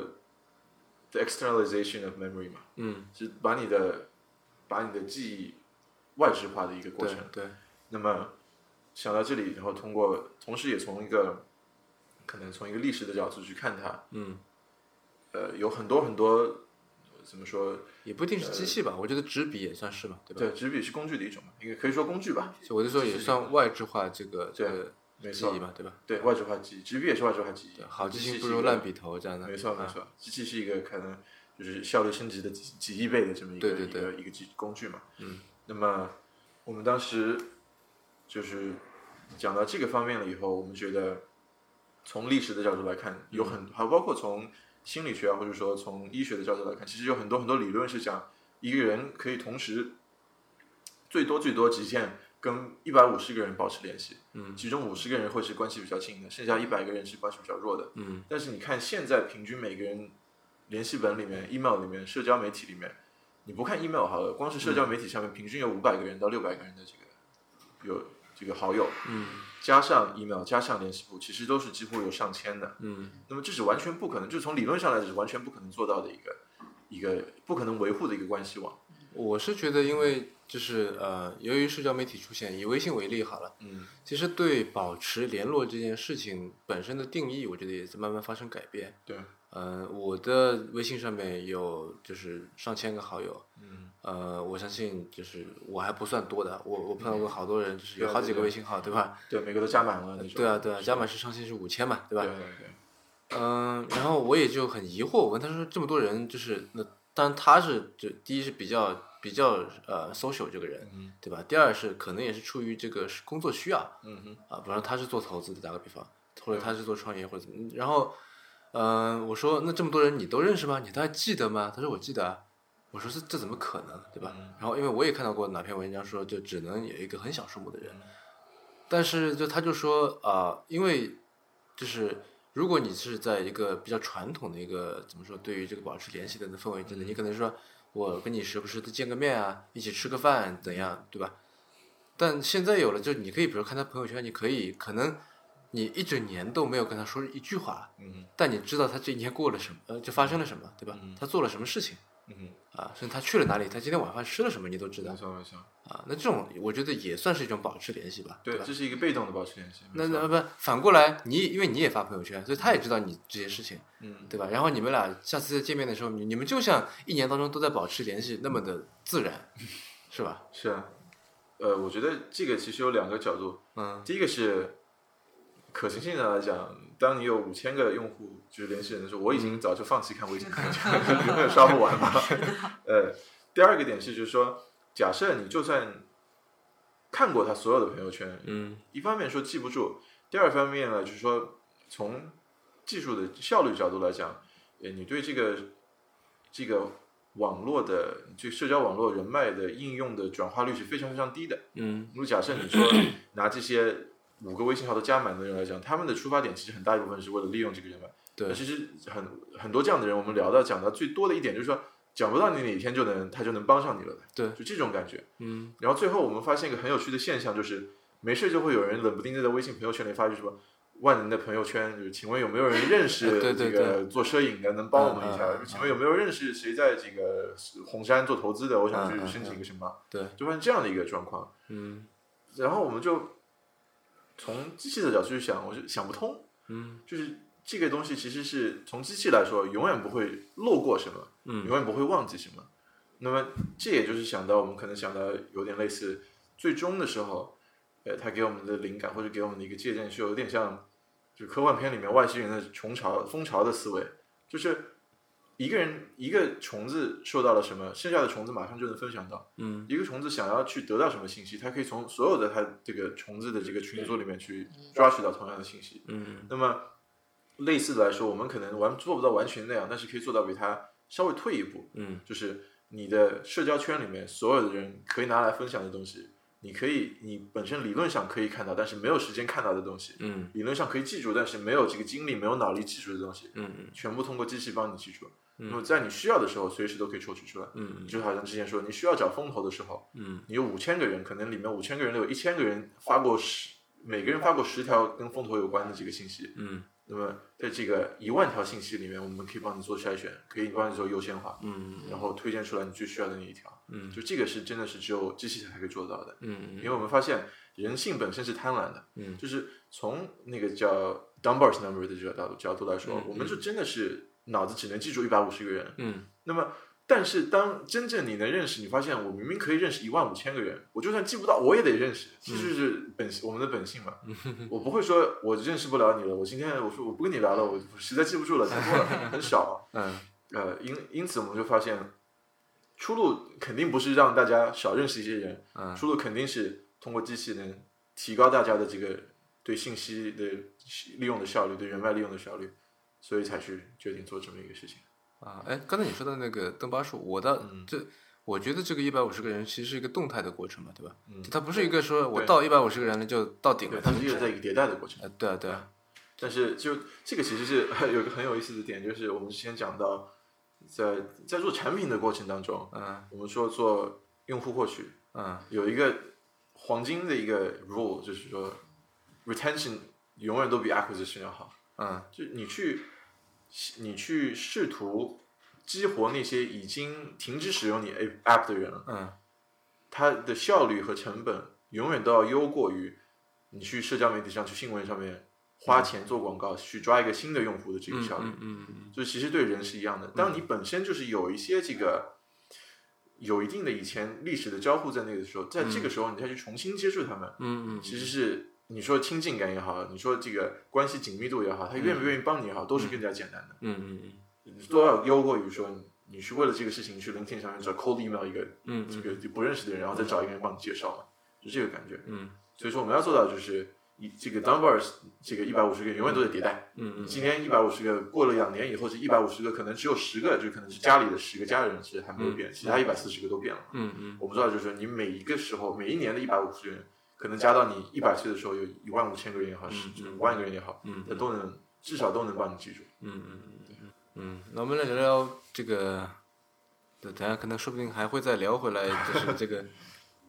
the externalization of memory 嘛，
嗯
是把你的把你的记忆外置化的一个过
对
程。
对
那么想到这里，然后通过，同时也从一个可能从一个历史的角度去看它，
嗯，
呃，有很多很多怎么说？
也不一定是机器吧，我觉得纸笔也算是吧，对吧？
对，纸笔是工具的一种嘛，应该可以说工具吧。
就我就说也算外置化这个这
没
个记
错
忆吧，对吧？
对，外置化记忆，纸笔也是外置化记忆
对，好记
机器
性
是
不
一
如
个
烂笔头这样的，
没错没
啊，
错，机器是一个可能就是效率升级的几几亿倍的这么一个
对对对
一个一个技工具嘛。
嗯，
那么我们当时就是讲到这个方面了以后，我们觉得从历史的角度来看，有
嗯
很还包括从心理学啊，或者说从医学的角度来看，其实有很多很多理论是讲一个人可以同时最多最多极限跟一百五十个人保持联系，
嗯
其中五十个人会是关系比较近的，剩下一百个人是关系比较弱的。
嗯
但是你看现在平均每个人联系本里
嗯
面、email 里面、社交媒体里面，你不看 email 好了，光是社交媒体上
嗯
面平均有五百个人到六百个人的这个有这个好友，
嗯
加上 email 加上联系簿，其实都是几乎有上千的。
嗯
那么这是完全不可能，就从理论上来讲是完全不可能做到的一个一个不可能维护的一个关系网。
我是觉得，因为就是呃，由于社交媒体出现，以微信为例好了，
嗯
其实对保持联络这件事情本身的定义，我觉得也在慢慢发生改变。，
对，
呃，我的微信上面有就是上千个好友，
嗯，
呃，我相信就是我还不算多的，我我碰到过好多人，就是有
对
好几
对
个
对
微信号，对吧？
对，每个都加满了那种。
对啊，对啊，加满是上限是五千嘛，对啊吧
对？对对，
嗯，然后我也就很疑惑，我问他说这么多人，就是那当然他是就第一是比较比较呃 social 这个人，
嗯
对吧？第二是可能也是出于这个工作需要
嗯哼，
啊，比方说他是做投资的，打个比方，或者
嗯
他是做创业或者怎么，然后嗯、呃我说那这么多人你都认识吗？你都还记得吗？他说我记得啊。我说这这怎么可能，对吧
嗯？
然后因为我也看到过哪篇文章说，就只能有一个很小数目的人，
嗯
但是就他就说啊、呃因为就是如果你是在一个比较传统的一个怎么说，对于这个保持联系的氛围之内，
嗯
你可能说我跟你时不时的见个面啊，一起吃个饭怎样，对吧？但现在有了，就你可以，比如看他朋友圈，你可以可能你一整年都没有跟他说一句话，
嗯
但你知道他这一年过了什么，呃，就发生了什么，对吧
嗯？
他做了什么事情
哼，嗯
啊，甚至他去了哪里，他今天晚饭吃了什么，你都知
哼，
道
没错没错，
啊。那这种我觉得也算是一种保持联系吧，
对，
吧？
这是一个被动的保持联系。
那
没错
那不反过来，你因为你也发朋友圈，所以他也知道你这些事情，
嗯，
对吧？然后你们俩下次见面的时候，你你们就像一年当中都在保持联系那么的自然，是吧？
是啊，呃，我觉得这个其实有两个角度，
嗯
第一个是可行性上来讲，当你有五千个用户就是联系人的时候，我已经早就放弃看微信朋友圈了，就永远刷不完嘛。 呃，第二个点是，就是说，假设你就算看过他所有的朋友圈，
嗯
一方面说记不住，第二方面呢，就是说从技术的效率角度来讲，呃，你对这个这个网络的这社交网络人脉的应用的转化率是非常非常低的。
嗯
如果假设 你说拿这些五个微信号都加满的人来讲，他们的出发点其实很大一部分是为了利用这个人脉。
对
那其实很很多这样的人，我们聊到讲到最多的一点就是说，讲不到你哪天就能他就能帮上你了，
对
就这种感觉。
嗯
然后最后我们发现一个很有趣的现象，就是没事就会有人冷不丁的在微信朋友圈里发一句什么万能的朋友圈，就是请问有没有人认 识
对
这
对
个做摄影的，能帮我们一下
嗯嗯嗯？嗯
请问有没有认识谁在这个红杉做投资的？我想
嗯嗯
去
嗯
申请一个什么？
对，
就发现这样的一个状况。
嗯
然后我们就从机器的角度去想，我就想不通，
嗯
就是这个东西其实是从机器来说，永远不会漏过什么，永
嗯
远不会忘记什么。那么这也就是想到我们可能想到有点类似，最终的时候，呃，它给我们的灵感或者给我们的一个借鉴，是有点像就科幻片里面外星人的虫巢蜂巢的思维，就是一个人一个虫子受到了什么，剩下的虫子马上就能分享到。
嗯
一个虫子想要去得到什么信息，它可以从所有的它这个虫子的这个群组里面去抓取到同样的信息。
嗯
那么类似的来说，我们可能完做不到完全那样，但是可以做到比它稍微退一步，
嗯
就是你的社交圈里面所有的人可以拿来分享的东西，你可以你本身理论上可以看到，但是没有时间看到的东西，
嗯
理论上可以记住，但是没有这个精力、没有脑力记住的东西，
嗯
全部通过机器帮你记住。
嗯
那么在你需要的时候，随时都可以抽取出来。
嗯
就好像之前说，你需要找风投的时候，
嗯
你有五千个人，可能里面五千个人里有一千个人发过十，每个人发过十条跟风投有关的这个信息。
嗯
那么在这个一万条信息里面，我们可以帮你做筛选，可以帮你做优先化，
嗯
然后推荐出来你最需要的那一条。
嗯
就这个是真的是只有机器才可以做到的，因为
嗯
我们发现人性本身是贪婪的，
嗯
就是从那个叫 Dunbar's number 的这个角度角度来说
嗯，嗯
我们就真的是脑子只能记住一百五十个人，
嗯
那么，但是当真正你能认识，你发现我明明可以认识一万五千个人，我就算记不到，我也得认识，这
嗯
就是本性，我们的本性嘛。我不会说我认识不了你了，我今天我说我不跟你聊了，我我实在记不住了，太多了，很少。
嗯
呃，因因此我们就发现，出路肯定不是让大家少认识一些人，
嗯
出路肯定是通过机器人提高大家的这个对信息的利用的效率，对人脉利用的效率，所以才去决定做这么一个事情。
啊，哎，刚才你说的那个邓巴数，我的
嗯
这，我觉得这个一百五十个人其实是一个动态的过程嘛，对吧？
嗯
它不是一个说我
对
到一百五十个人了就到顶
对，
了，
它是一个在一个迭代的过程。
呃，对啊，对啊，
但是就这个其实是 有一个很有意思的点，就是我们之前讲到，在在做产品的过程当中，
嗯
我们说做用户获取
嗯
有一个黄金的一个 rule，就是说 retention 永远都比 acquisition 要好。
嗯
就你去你去试图激活那些已经停止使用你 app 的人，
嗯
它的效率和成本永远都要优过于你去社交媒体上、去新闻上面花钱做广告、去抓一个新的用户的这个
嗯
效率。
嗯嗯嗯
就其实对人是一样的，当你本身就是有一些这个有一定的以前历史的交互在那个时候，在
嗯
这个时候你再去重新接触他们，
嗯嗯
其实是你说亲近感也好，你说这个关系紧密度也好，他愿不愿意帮你也好，都是更加简单的，
嗯嗯
都要优过于说你你去为了这个事情去 LinkedIn 上面找 cold email 一个
嗯
这个就不认识的人，然后再找一个人帮你介绍嘛，就这个感觉。
嗯
所以说我们要做到就是以这个 numbers 这个一百五十个永远都在迭代。
嗯
今天一百五十个，过了两年以后是一百五十个，可能只有十个，就可能是家里的十个家人是还没有变，其他一百四十个都变了。
嗯嗯
我们知道就是你每一个时候，每一年的一百五十个人，可能加到你一百岁的时候有一万五千个人也好，十五万个人也好，
嗯
那都能至少都能帮你记住。
嗯，那我们来聊聊这个，对，等下可能说不定还会再聊回来，就是这个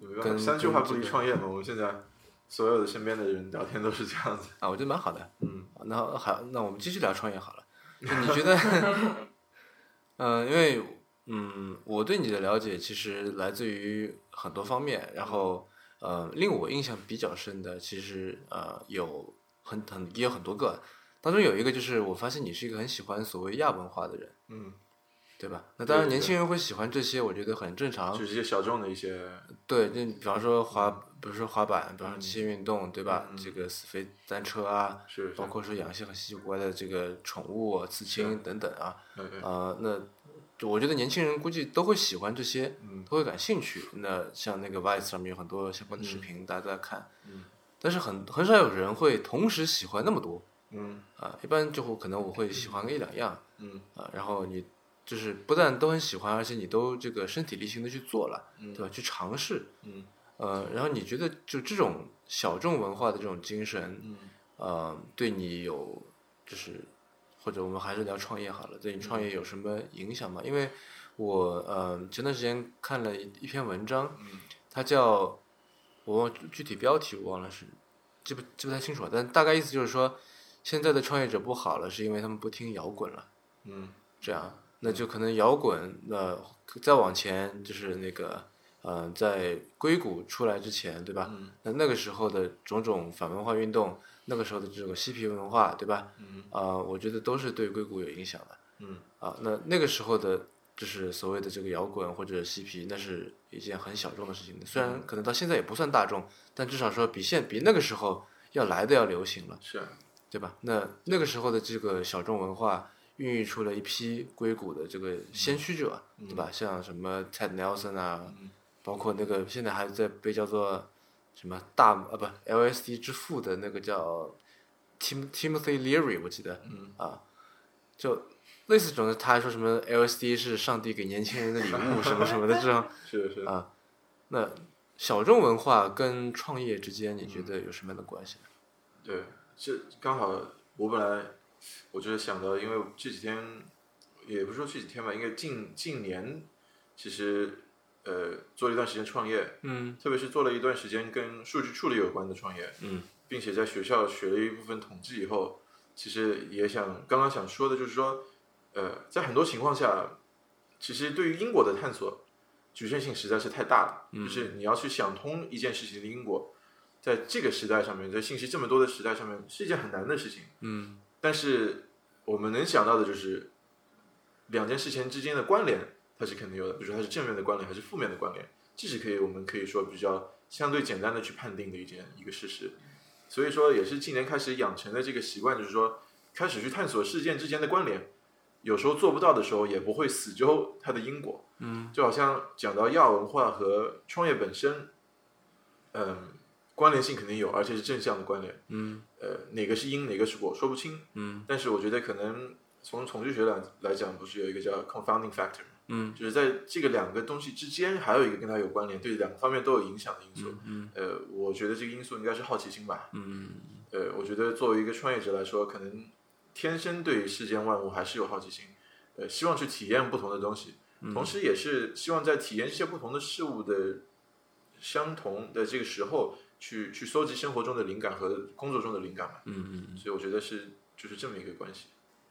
没办法
跟
三句话
跟
不离
这个
创业嘛，我们现在所有的身边的人聊天都是这样子。
啊，我觉得蛮好的。
嗯
那好，那我们继续聊创业好了。就你觉 得，嗯，因为嗯，我对你的了解其实来自于很多方面，然后呃，令我印象比较深的，其实呃有很很也有很多个，当中有一个就是我发现你是一个很喜欢所谓亚文化的人，
嗯，
对吧？那当然，
对
年轻人会喜欢这些，我觉得很正常
就。是一些小众的一些
对，就比方说滑，比如说滑板，比方说极限运动，对吧？
嗯
这个死飞单车啊，
是
包括说养一些很稀奇古怪的这个宠物、啊、刺青等等啊，
嗯嗯
呃，那就我觉得年轻人估计都会喜欢这些，
嗯
都会感兴趣。那像那个 Vice 上面有很多相关的视频，大家都在看，
嗯
但是很很少有人会同时喜欢那么多
嗯
啊。一般就会可能我会喜欢个一两样
嗯
啊，然后你就是不但都很喜欢，而且你都这个身体力行的去做了，对吧？去尝试，
嗯
呃，然后你觉得就这种小众文化的这种精神，
嗯
呃，对你有就是，或者我们还是聊创业好了，对你
嗯
创业有什么影响吗？因为我呃前段时间看了一一篇文章，
嗯
它叫我忘具体标题我忘了是记不记不太清楚了，但大概意思就是说，现在的创业者不好了，是因为他们不听摇滚了，
嗯
这样那就可能摇滚呃再往前就是那个。呃，在硅谷出来之前，对吧？
嗯
那那个时候的种种反文化运动，那个时候的这种嬉皮文化，对吧？
嗯
啊、我觉得都是对硅谷有影响的
嗯
啊、那那个时候的，就是所谓的这个摇滚或者嬉皮，那是一件很小众的事情虽然可能到现在也不算大众，但至少说比现比那个时候要来的要流行了，
是啊
对吧？那那个时候的这个小众文化。孕育出了一批硅谷的这个先驱者，对吧？像什么 Ted Nelson 啊，
嗯
包括那个现在还在被叫做什么大啊不 LSD 之父的那个叫 Tim Timothy Leary，我记得
嗯
啊，就类似这种的，他还说什么 LSD 是上帝给年轻人的礼物什么什么的这种，
是是
啊那小众文化跟创业之间，你觉得有什么样的关系呢？
对，这刚好我本来我就是想到，因为这几天也不是说这几天吧，应该近近年其实呃做了一段时间创业，
嗯
特别是做了一段时间跟数据处理有关的创业，
嗯，
并且在学校学了一部分统计以后，其实也想刚刚想说的就是说，呃，在很多情况下，其实对于因果的探索局限性实在是太大了，
嗯
就是你要去想通一件事情的因果，在这个时代上面，在信息这么多的时代上面，是一件很难的事情。
嗯
但是我们能想到的就是两件事情之间的关联，它是肯定有的，比如说它是正面的关联还是负面的关联，这是可以我们可以说比较相对简单的去判定的一件一个事实。所以说，也是近年开始养成的这个习惯，就是说开始去探索事件之间的关联。有时候做不到的时候，也不会死揪它的因果。
嗯，
就好像讲到亚文化和创业本身，嗯，关联性肯定有，而且是正向的关联。
嗯
呃，哪个是因，哪个是果，说不清。
嗯
但是我觉得可能从统计学来来讲，不是有一个叫 confounding factor，吗
嗯
就是在这个两个东西之间，还有一个跟它有关联，对两个方面都有影响的因素。
嗯
呃，我觉得这个因素应该是好奇心吧。
嗯
呃，我觉得作为一个创业者来说，可能天生对于世间万物还是有好奇心，呃，希望去体验不同的东西，
嗯
同时也是希望在体验一些不同的事物的相同的这个时候，去去搜集生活中的灵感和工作中的灵感嘛。
嗯嗯。
所以我觉得是就是这么一个关系。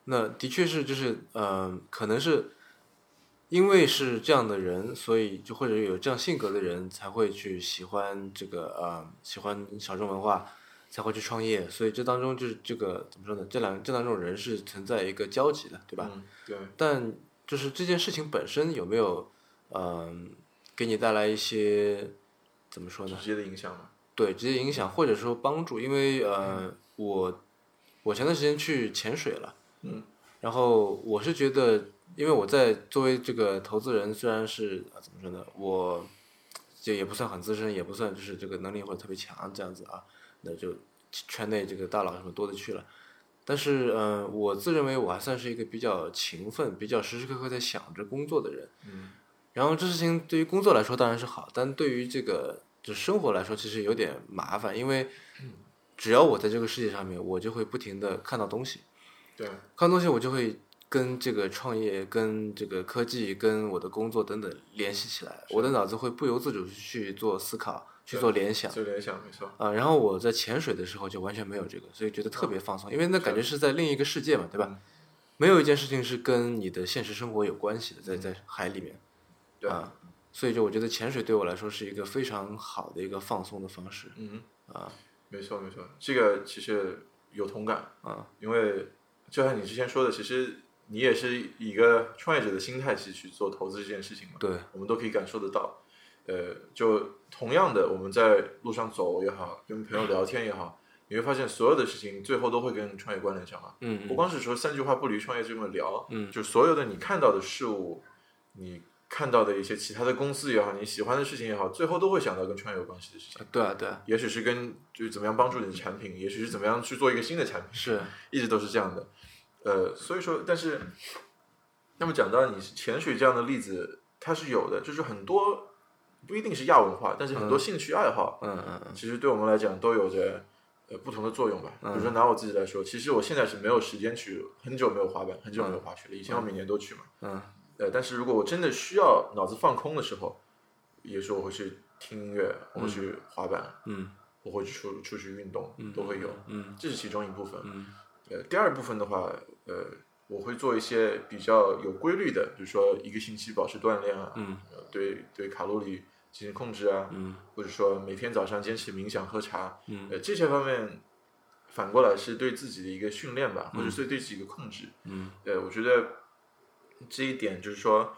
那的确是，就是呃，可能是因为是这样的人，所以就或者有这样性格的人才会去喜欢这个呃，喜欢小众文化，才会去创业。所以这当中就是这个怎么说呢？这两这两种人是存在一个交集的，对吧？
嗯，对。
但就是这件事情本身有没有嗯、呃给你带来一些怎么说呢？
直接的影响嘛。
对直接影响或者说帮助，因为呃，我我前段时间去潜水了，
嗯，
然后我是觉得，因为我在作为这个投资人，虽然是呃怎么说呢，我这也不算很资深，也不算就是这个能力或者特别强这样子啊，那就圈内这个大佬什么多的去了。但是，呃，我自认为我还算是一个比较勤奋、比较时时刻刻在想着工作的人。
嗯
然后这事情对于工作来说当然是好，但对于这个就生活来说，其实有点麻烦，因为只要我在这个世界上面，我就会不停的看到东西，
对，啊
看到东西我就会跟这个创业、跟这个科技、跟我的工作等等联系起来，我的脑子会不由自主去做思考、去做联想。
就联想没错。
啊、然后我在潜水的时候就完全没有这个，所以觉得
嗯
特别放松，因为那感觉是在另一个世界嘛，对吧？没有一件事情是跟你的现实生活有关系的，在在海里面，
嗯对
啊，所以就我觉得潜水对我来说是一个非常好的一个放松的方式，
嗯
啊，
没错没错，这个其实有同感
啊，
因为就像你之前说的，其实你也是以一个创业者的心态去去做投资这件事情嘛，
对，
我们都可以感受得到。呃，就同样的，我们在路上走也好，跟朋友聊天也好，你会发现所有的事情最后都会跟创业关联上嘛。
嗯
不光是说三句话不离创业这么聊，
嗯
就所有的你看到的事物，你看到的一些其他的公司也好，你喜欢的事情也好，最后都会想到跟创业有关系的事情。
对啊对啊，
也许是跟就是怎么样帮助你的产品，也许是怎么样去做一个新的产品，
是，
一直都是这样的。呃，所以说，但是，那么讲到你潜水这样的例子，它是有的，就是很多不一定是亚文化，但是很多兴趣爱好，
嗯嗯嗯，
其实对我们来讲都有着呃不同的作用吧。比如说拿我自己来说，其实我现在是没有时间去，很久没有滑板，很久没有滑雪了。以前我每年都去嘛，
嗯，
呃，但是如果我真的需要脑子放空的时候，也许我会去听音乐，我会去滑板，
嗯，
我会去出出去运动，都会有，
嗯，
这是其中一部分。呃，第二部分的话，呃，我会做一些比较有规律的，比如说一个星期保持锻炼啊，
嗯
呃对对卡路里进行控制啊，
嗯，
或者说每天早上坚持冥想、喝茶，
嗯
呃，这些方面反过来是对自己的一个训练吧，或者是对自己的控制，
嗯，
呃，我觉得这一点就是说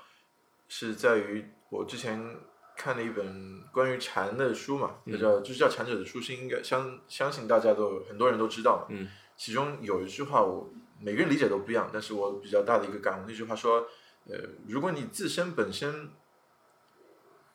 是在于我之前看了一本关于禅的书嘛，
嗯
就叫就是叫《禅者的初心》，应该相相信大家都很多人都知道嘛，
嗯，
其中有一句话我每个人理解都不一样，但是我比较大的一个感悟，那句话说，呃，如果你自身本身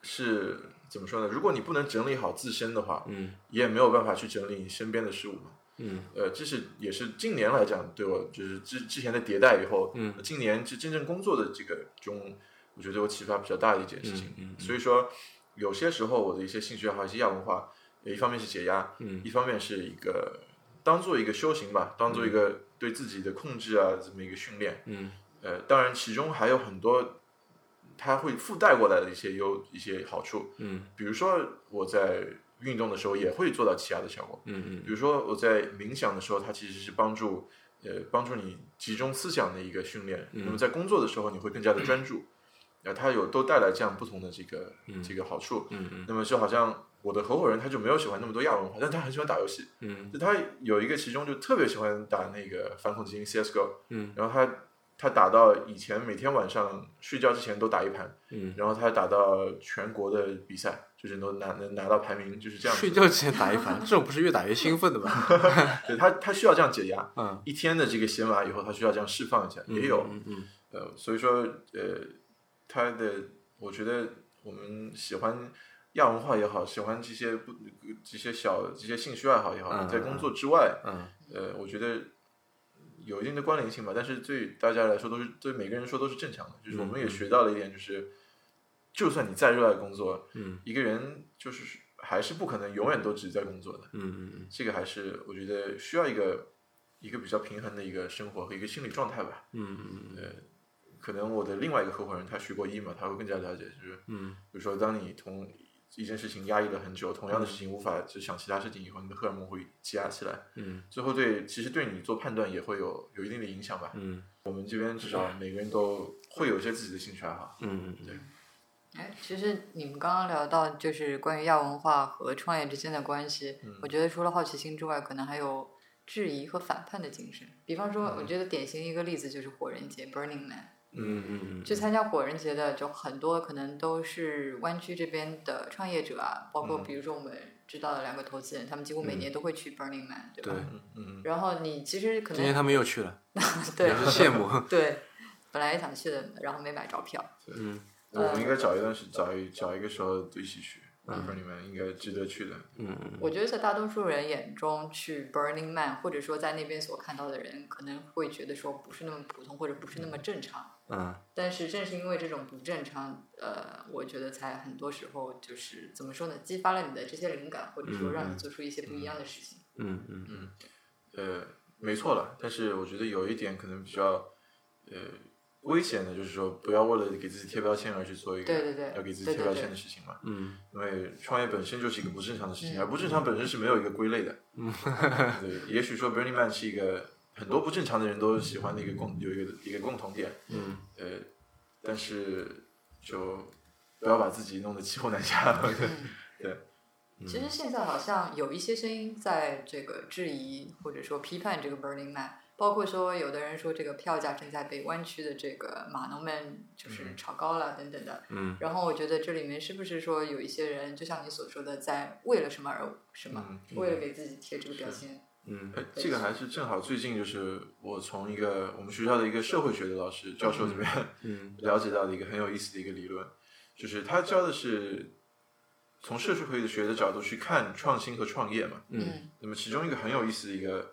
是怎么说呢？如果你不能整理好自身的话，
嗯
也没有办法去整理你身边的事物嘛。
嗯
呃，这是也是近年来讲对我就是之之前的迭代以后，
嗯，
近年是真正工作的这个中，我觉得我启发比较大的一件事情。
嗯嗯嗯
所以说，有些时候我的一些兴趣爱好、一些亚文化，呃一方面是解压，
嗯
一方面是一个当做一个修行吧，当做一个对自己的控制啊这么一个训练。
嗯
呃，当然其中还有很多它会附带过来的一些优一些好处，
嗯
比如说我在运动的时候也会做到气压的效果。
嗯
比如说我在冥想的时候，它其实是帮助呃帮助你集中思想的一个训练。
嗯
那么在工作的时候，你会更加的专注。那、它有都带来这样不同的这个、这个好处。
嗯嗯
那么就好像我的合伙人他就没有喜欢那么多亚文化，但他很喜欢打游戏。
嗯
就他有一个其中就特别喜欢打那个反恐精英 CS:GO，
嗯，
然后他他打到以前每天晚上睡觉之前都打一盘，
嗯，
然后他打到全国的比赛，就是能拿能拿到排名，就是这样子。
睡觉之前打一盘，这种不是越打越兴奋的吗？
对他他需要这样解压，
嗯，
一天的这个解码以后，他需要这样释放一下，也有
嗯嗯
呃，所以说呃，他的我觉得我们喜欢亚文化也好，喜欢这些不这些小这些兴趣爱好也好，
嗯
在工作之外，
嗯
呃，我觉得有一定的关联性吧，但是对大家来说都是对每个人说都是正常的，就是我
嗯
们也学到了一点，就是、就算你再热爱工作，
嗯
一个人就是还是不可能永远都只在工作的，
嗯嗯
这个还是我觉得需要一个一个比较平衡的一个生活和一个心理状态吧。
嗯嗯嗯
可能我的另外一个合伙人他学过医嘛，他会更加了解，就是
嗯
比如说当你同一件事情压抑了很久，
嗯
同样的事情无法只想其他事情以后，你的荷尔蒙会积压起来，
嗯
最后对其实对你做判断也会有有一定的影响吧。
嗯
我们这边至少每个人都会有一些自己的兴趣爱好。
嗯
哎，其实你们刚刚聊到就是关于亚文化和创业之间的关系，
嗯
我觉得除了好奇心之外，可能还有质疑和反叛的精神。比方说，我觉得典型一个例子就是火人节 （Burning Man）。
嗯嗯嗯
去参加火人节的，就很多可能都是湾区这边的创业者啊，包括
嗯
比如说我们知道的两个投资人，他们几乎每年都会去 Burning Man，、对吧？
嗯对，
嗯嗯
然后你其实可
今天
能
他们又去了，
对
也是羡 慕，
对，本来也想去的，然后没买着票。
嗯
那我们应该找一段时找一找一个时候一起去，我说你们应该值得去的。
嗯嗯
我觉得在大多数人眼中，去 Burning Man 或者说在那边所看到的人，可能会觉得说不是那么普通，或者不是那么正常。
嗯
但是正是因为这种不正常，呃，我觉得才很多时候就是怎么说呢，激发了你的这些灵感，或者说让你做出一些不一样的事情。
嗯嗯
呃，没错了，但是我觉得有一点可能比较呃危险的，就是说不要为了给自己贴标签而去做一个
对对对
要给自己
对对
贴标
对
签的事情嘛。
嗯
因为创业本身就是一个不正常的事情，
嗯
而不正常本身是没有一个归类的。 对，也许说 Burning Man 是一个很多不正常的人都喜欢的一个共有一个一个共同点，
嗯，
呃，但是就不要把自己弄得骑虎难下。 嗯
其实现在好像有一些声音在这个质疑或者说批判这个 Burning Man，包括说有的人说这个票价正在被湾区的这个码农们
嗯
就是炒高了等等的。
嗯。
然后我觉得这里面是不是说有一些人，就像你所说的，在为了什么而什么，
嗯
为了给自己贴这个标签？
嗯
呃这个还是正好最近就是我从一个我们学校的一个社会学的老师教授这边、
嗯
了解到的一个很有意思的一个理论，就是他教的是从社会学的角度去看创新和创业嘛。
嗯
那么其中一个很有意思的一个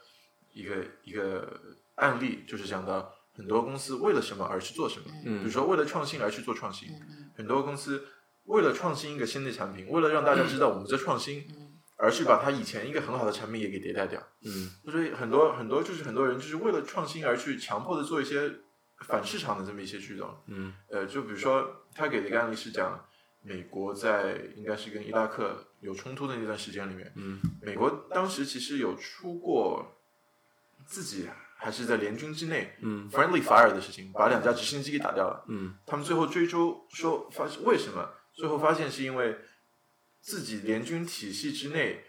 一个一个案例，就是讲到很多公司为了什么而去做什么，
嗯
比如说为了创新而去做创新，
嗯嗯
很多公司为了创新一个新的产品，为了让大家知道我们在创新，
嗯
而去把它以前一个很好的产品也给迭代掉。
嗯
就是很多很多就是很多人就是为了创新而去强迫的做一些反市场的这么一些举动。
嗯
呃，就比如说他给的一个案例是讲，美国在应该是跟伊拉克有冲突的那段时间里面，
嗯，
美国当时其实有出过自己还是在联军之内，
嗯
，friendly fire 的事情，把两架直升机给打掉了。
嗯
他们最后追究说发为什么？最后发现是因为自己联军体系之内，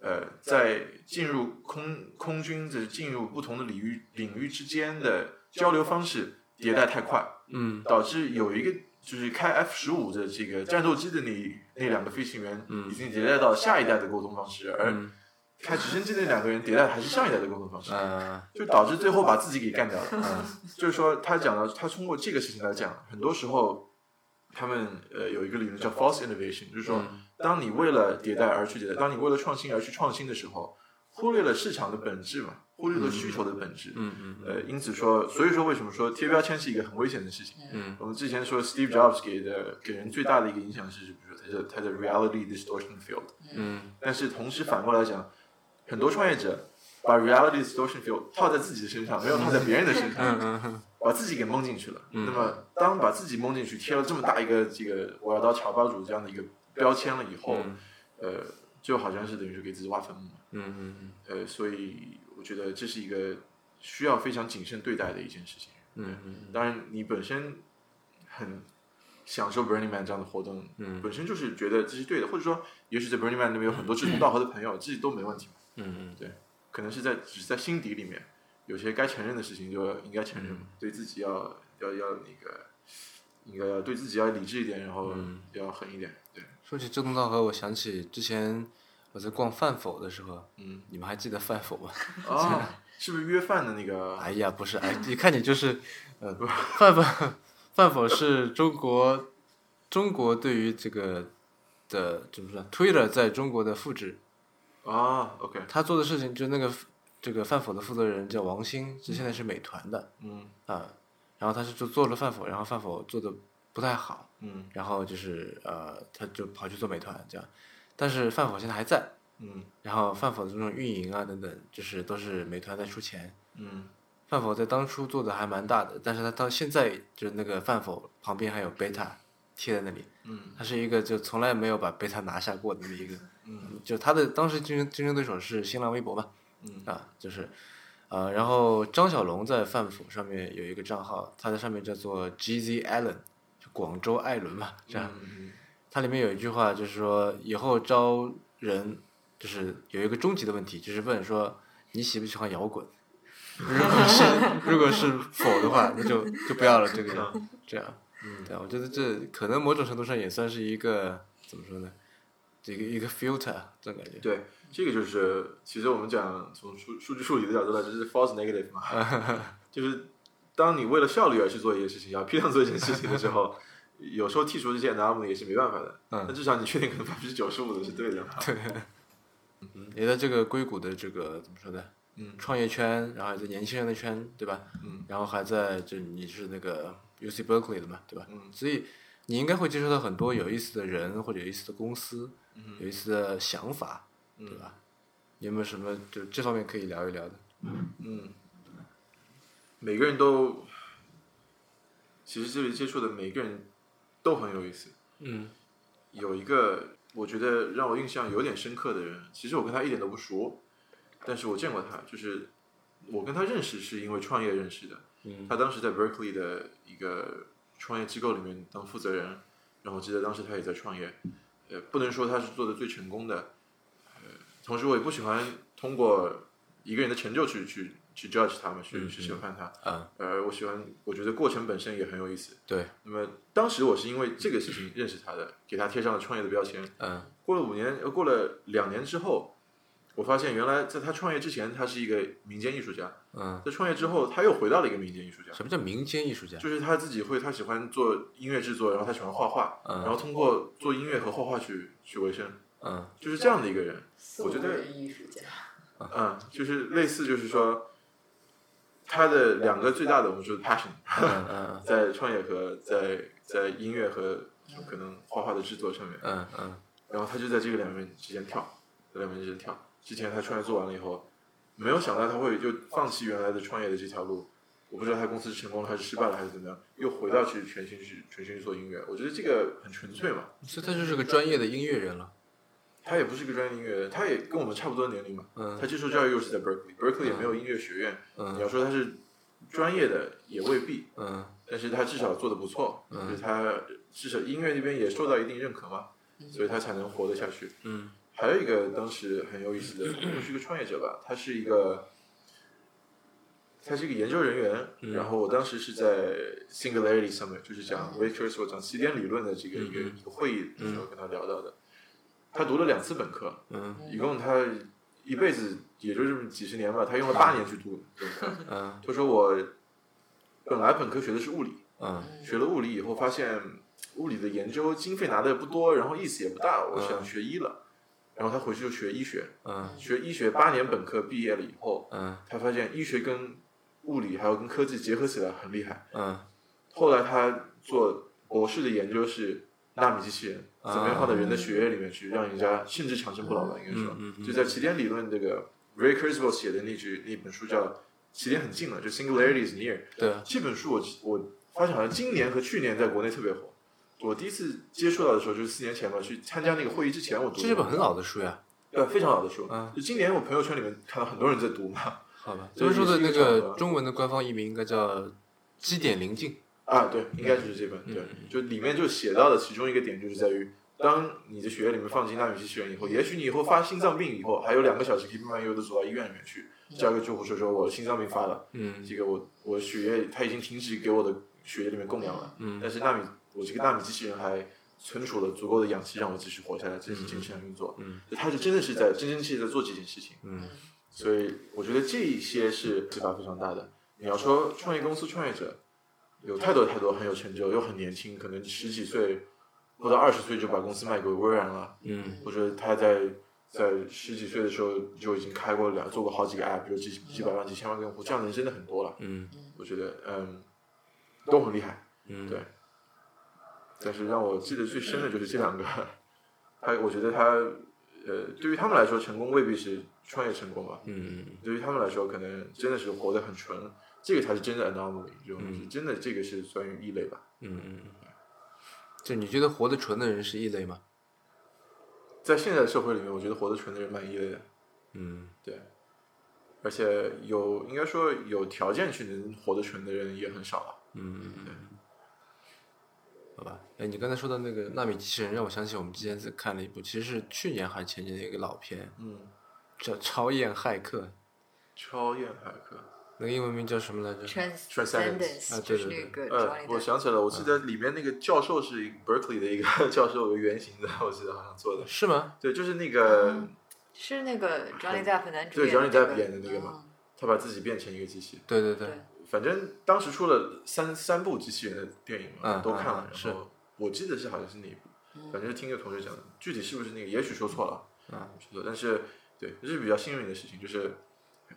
呃，在进入空空军的进入不同的领域领域之间的交流方式迭代太快，
嗯
导致有一个就是开 F 十五的这个战斗机的那那两个飞行员
嗯
已经迭代到下一代的沟通方式，而
嗯
开直升机那两个人迭代还是上一代的沟通方式。
呃
就导致最后把自己给干 掉了。嗯就是说，他讲到他通过这个事情来讲，很多时候他们呃有一个理论叫 false innovation，就是说，当你为了迭代而去迭代，当你为了创新而去创新的时候，忽略了市场的本质嘛，忽略了需求的本质。
嗯
呃，因此说，所以说为什么说贴标签是一个很危险的事情？
嗯，
我们之前说 Steve Jobs 给的给人最大的一个影响是，比如说他的他的 reality distortion field，
嗯
但是同时反过来讲，很多创业者把 reality distortion field 套在自己的身上，没有套在别人的身上，
嗯
把自己给蒙进去了。那么当把自己蒙进去，贴了这么大一个这个我要当乔帮主这样的一个标签了以后，呃，就好像是等于是给自己挖坟墓嘛。
嗯
呃，所以我觉得这是一个需要非常谨慎对待的一件事情。
嗯
当然，你本身很享受 Burning Man 这样的活动，
嗯
本身就是觉得这是对的，或者说，也许在 Burning Man 那边有很多志同道合的朋友，这都没问题嘛。
嗯
可能是在只是在心底里面，有些该承认的事情就应该承认，
嗯
对自己要要要那个，应该要对自己要理智一点，然后
嗯
要狠一点。 对，
说起志同道合，我想起之前我在逛饭否的时候，
嗯，
你们还记得饭否 吗？
啊，是不是约饭的那个？
哎呀，不是， 哎，一看你就是，呃，饭否， 饭否是中国，中国对于这个的怎么说？Twitter 在中国的复制，
啊，OK，
他做的事情就那个这个饭否的负责人叫王兴，就现在是美团的
嗯
啊、然后他是就做了饭否，然后饭否做的不太好，
嗯
然后就是呃，他就跑去做美团这样，但是饭否现在还在，
嗯
然后饭否的这种运营啊等等，就是都是美团在出钱，
嗯
饭否在当初做的还蛮大的，但是它到现在就是那个饭否旁边还有贝塔贴在那里，
嗯
它是一个就从来没有把贝塔拿下过的这么一个，
嗯
就它的当时竞争竞争对手是新浪微博嘛，
嗯
啊，就是，呃，然后张小龙在饭否上面有一个账号，他在上面叫做 GZ Allen，就广州艾伦嘛，这样，
嗯
它里面有一句话就是说以后招人就是有一个终极的问题，就是问说你喜不喜欢摇滚？如果是如果是否的话，那就就不要了这个人，这样，
嗯
对啊，我觉得这可能某种程度上也算是一个怎么说呢，这个一个 filter 这种感觉，
对，这个就是其实我们讲从数数据处理的角度来，就是 false negative 嘛，就是当你为了效率而去做一件事情，要批量做一件事情的时候，有时候剔除这些 anomaly 也是没办法的。
嗯
但至少你确定可能百分之九十五的是对的嘛。对，
嗯也在这个硅谷的这个怎么说呢，
嗯
创业圈，然后还在年轻人的圈，对吧？
嗯
然后还在就你是那个 UC Berkeley 的嘛，对吧？
嗯
所以你应该会接触到很多有意思的人或者有意思的公司，
嗯
有意思的想法，
嗯
对吧？你有没有什么就这方面可以聊一聊的？
嗯，每个人都，其实这里接触的每个人都很有意思。
嗯
有一个我觉得让我印象有点深刻的人，其实我跟他一点都不熟，但是我见过他，就是我跟他认识是因为创业认识的。
嗯
他当时在 Berkeley 的一个创业机构里面当负责人，然后我记得当时他也在创业，呃，不能说他是做的最成功的，呃，同时我也不喜欢通过一个人的成就去去去 judge 他们，去去审判他，
啊，
呃，我喜欢，我觉得过程本身也很有意思。
对，
那么当时我是因为这个事情认识他的，给他贴上了创业的标签。
嗯
过了五年，呃，过了两年之后，我发现原来在他创业之前，他是一个民间艺术家，
嗯，
在创业之后，他又回到了一个民间艺术家。
什么叫民间艺术家？
就是他自己会，他喜欢做音乐制作，然后他喜欢画画，
嗯
然后通过做音乐和画画去去维生，
嗯
就是这样的一个人。我觉
素
得
人艺术家，
嗯，就是类似，就是说，他的两个最大的我们说 passion，
嗯嗯
在创业和在在音乐和可能画画的制作上面，
嗯嗯
然后他就在这个两面之间跳，在两面之间跳。之前他创业做完了以后，没有想到他会就放弃原来的创业的这条路，我不知道他公司是成功了还是失败了还是怎么样，又回到去全心去全心去做音乐。我觉得这个很纯粹嘛，
嗯，所以他就是个专业的音乐人了。
他也不是个专业音乐人，他也跟我们差不多年龄嘛。他
嗯
接受教育又是在 Berkeley，Berkeley 也没有音乐学院，你要
嗯
说他是专业的也未必，
嗯
但是他至少做的不错，
嗯
就是他至少音乐那边也受到一定认可嘛，
嗯
所以他才能活得下去。
嗯
还有一个当时很有 意思的，是一个创业者吧，他是一个，他是一个研究人员。
嗯
然后我当时是在 Singularity Summit，就是讲 Waitrose 我讲起点理论的这个一个、
嗯
一个会议的时候跟他聊到的。他读了两次本科，
嗯
一共他一辈子也就这么几十年吧，他用了八年去读本科。
嗯
他说我本来本科学的是物理，
嗯
学了物理以后，发现物理的研究经费拿的不多，然后意思也不大，我想学医了。然后他回去就学医学，
嗯
学医学八年本科毕业了以后，
嗯
他发现医学跟物理还有跟科技结合起来很厉害。
嗯
后来他做博士的研究是纳米机器人，
啊
怎么样放到人的血液里面去，让人家甚至长生不老吧，应该说
嗯嗯，嗯
就在起点理论这个 Ray Kurzweil 写的那句那本书叫《起点很近了》，就 Singularity is near。
对，啊
这本书我我发现好像今年和去年在国内特别火。我第一次接触到的时候就是四年前吧，去参加那个会议之前我读
这
的。
是一本很老的书呀。
对非常老的书，
嗯
就今年我朋友圈里面看到很多人在读嘛。
好吧，这
所以
本书的
是一
那
个场
个
合
中文的官方译名应该叫《基点临近》。嗯
啊，对，应该就是这本，对，就里面就写到的其中一个点就是在于，当你的血液里面放进纳米机器人以后，也许你以后发心脏病以后，还有两个小时可以慢慢悠悠的走到医院里面去，叫一个救护车说我心脏病发了，
嗯
这个我我血液它已经停止给我的血液里面供氧了，
嗯
但是纳米我这个纳米机器人还存储了足够的氧气让我继续活下来，继续正常运作，
嗯
就它是真的是在真真切切的做这件事情，
嗯
所以我觉得这一些是启发非常大的。你要说创业公司创业者，有太多太多很有成就又很年轻，可能十几岁不到二十岁就把公司卖给微软了，
嗯
或者他在在十几岁的时候就已经开过两做过好几个 app，有几几百万几千万个用户，这样的人真的很多了。
嗯
我觉得嗯，都很厉害。
嗯，
对但是让我记得最深的就是这两个，他我觉得他呃，对于他们来说，成功未必是创业成功吧。
嗯
对于他们来说，可能真的是活得很纯，这个才是真的 anomaly，这种东西，
嗯
真的这个是算于异类吧。
嗯嗯，就你觉得活得纯的人是异类吗？
在现在的社会里面，我觉得活得纯的人蛮异类的，
嗯
对。而且有应该说有条件去能活得纯的人也很少啊了。
嗯嗯，好吧。哎，你刚才说的那个纳米机器人，让我想起我们之前在看了一部，其实是去年还前年的一个老片，
嗯，
叫《超验骇客》，
超验骇客，
那个英文名叫什么来着？
transcendence
啊对
就是
对
那个
呃
Johnny，
我
Depp
想起来了，我记得里面那个教授是一
嗯
个 Berkeley 的一个 教授，有个圆形的，我记得好像做的。
是吗？
对，就是那个
嗯是那个 Johnny Depp 男主
对
演
Johnny
的
Depp 演的那个嘛，他把自己变成一个机器。
对对对，
对
反正当时出了三三部机器人的电影嘛，
嗯
都看
嗯。
了
嗯
然后我记得是好像是那一部，
嗯
反正是听一个同学讲的，具体是不是那个，也许说错了，
嗯
说错。但是对，这是比较幸运的事情，就是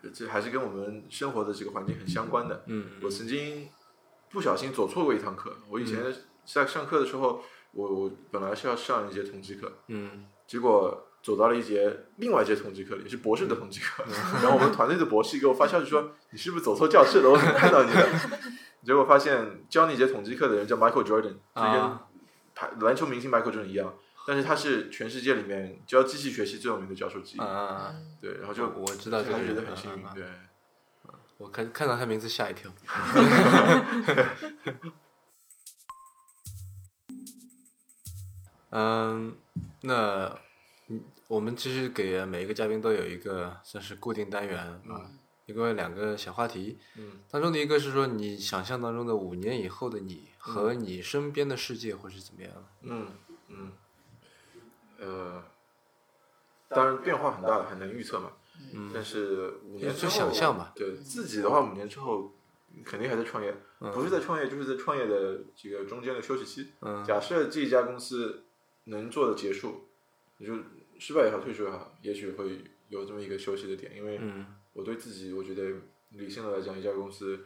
呃这还是跟我们生活的这个环境很相关的。
嗯
我曾经不小心走错过一堂课，我以前
嗯
在上课的时候，我我本来是要上一节统计课，
嗯
结果走到了一节另外一节统计课，也是博士的
嗯
统计课。 然后我们团队的博士给我发消息说：“你是不是走错教室了？我怎么看到你了？” 结果发现教那节统计课的人叫 Michael Jordan，就跟
啊
排篮球明星 Michael Jordan 一样，但是他是全世界里面教机器学习最有名的教授之一
啊。啊！
嗯
对，然后就
就我知道这个
还是觉
人
得很幸运
嗯嗯。嗯
对，
我看看到他名字吓一跳。 嗯，那嗯我们其实给每一个嘉宾都有一个算是固定单元啊，一共有两个小话题，
嗯
当中的一个是说你想象当中的五年以后的你和你身边的世界会是怎么样的？
嗯嗯，呃，当然变化很大，很难预测嘛。
嗯
但是五年
就
之后，
想象吧
对自己的话，五年之后肯定还在创业，不是在创业，就是在创业的这个中间的休息期。
嗯
假设这一家公司能做的结束，也就失败也好，退出也好，也许会有这么一个休息的点。因为
嗯
我对自己，我觉得理性的来讲，一家公司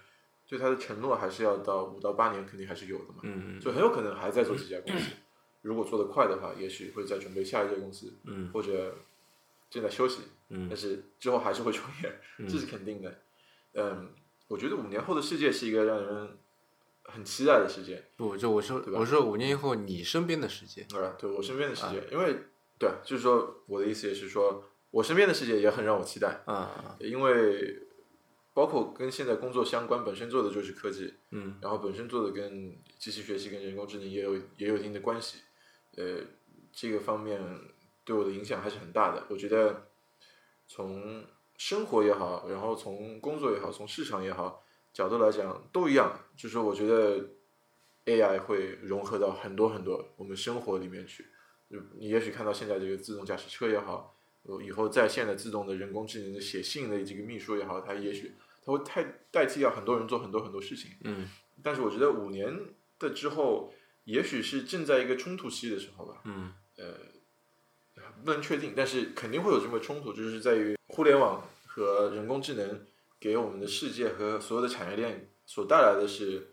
对它的承诺还是要到五到八年，肯定还是有的嘛。
嗯
就很有可能还在做这家公司。如果做得快的话，也许会在准备下一家公司，
嗯
或者正在休息，但
嗯
是之后还是会创业，这是肯定的。嗯，我觉得五年后的世界是一个让人很期待的世界，
不，就我说
对吧
我说五年以后你身边的世界，
对吧？对我身边的世
啊
界，因为对，就是说我的意思也是说，我身边的世界也很让我期待，
啊
因为包括跟现在工作相关，本身做的就是科技，
嗯
然后本身做的跟机器学习跟人工智能也有也有一定的关系，呃，这个方面对我的影响还是很大的。我觉得从生活也好，然后从工作也好，从市场也好角度来讲都一样，就是我觉得 AI 会融合到很多很多我们生活里面去。就你也许看到现在这个自动驾驶车也好，呃以后在线的自动的人工智能的写信的这个秘书也好，它也许它会代代替掉很多人做很多很多事情。
嗯
但是我觉得五年的之后，也许是正在一个冲突期的时候吧，
嗯
呃，不能确定，但是肯定会有这么冲突，就是在于互联网和人工智能给我们的世界和所有的产业链所带来的是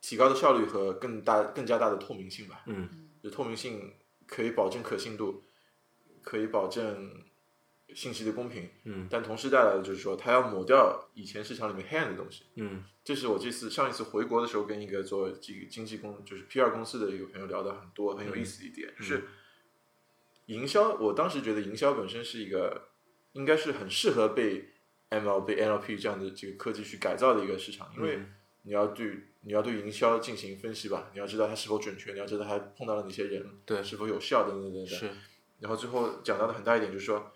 提高的效率和更大、更加大的透明性吧。
嗯
就透明性可以保证可信度，可以保证信息的公平，
嗯
但同时带来的就是说，它要抹掉以前市场里面黑暗的东西。
嗯
这是我这次上一次回国的时候，跟一个做这个经纪公，就是 P 二公司的一个朋友聊的很多，很有意思的一点、就是，营销。我当时觉得营销本身是一个，应该是很适合被 ML、被 NLP 这样的这个科技去改造的一个市场，因为你要对你要对营销进行分析吧，你要知道它是否准确，你要知道它碰到了哪些人，
对
是否有效等等等等。
是
然后最后讲到的很大一点就是说，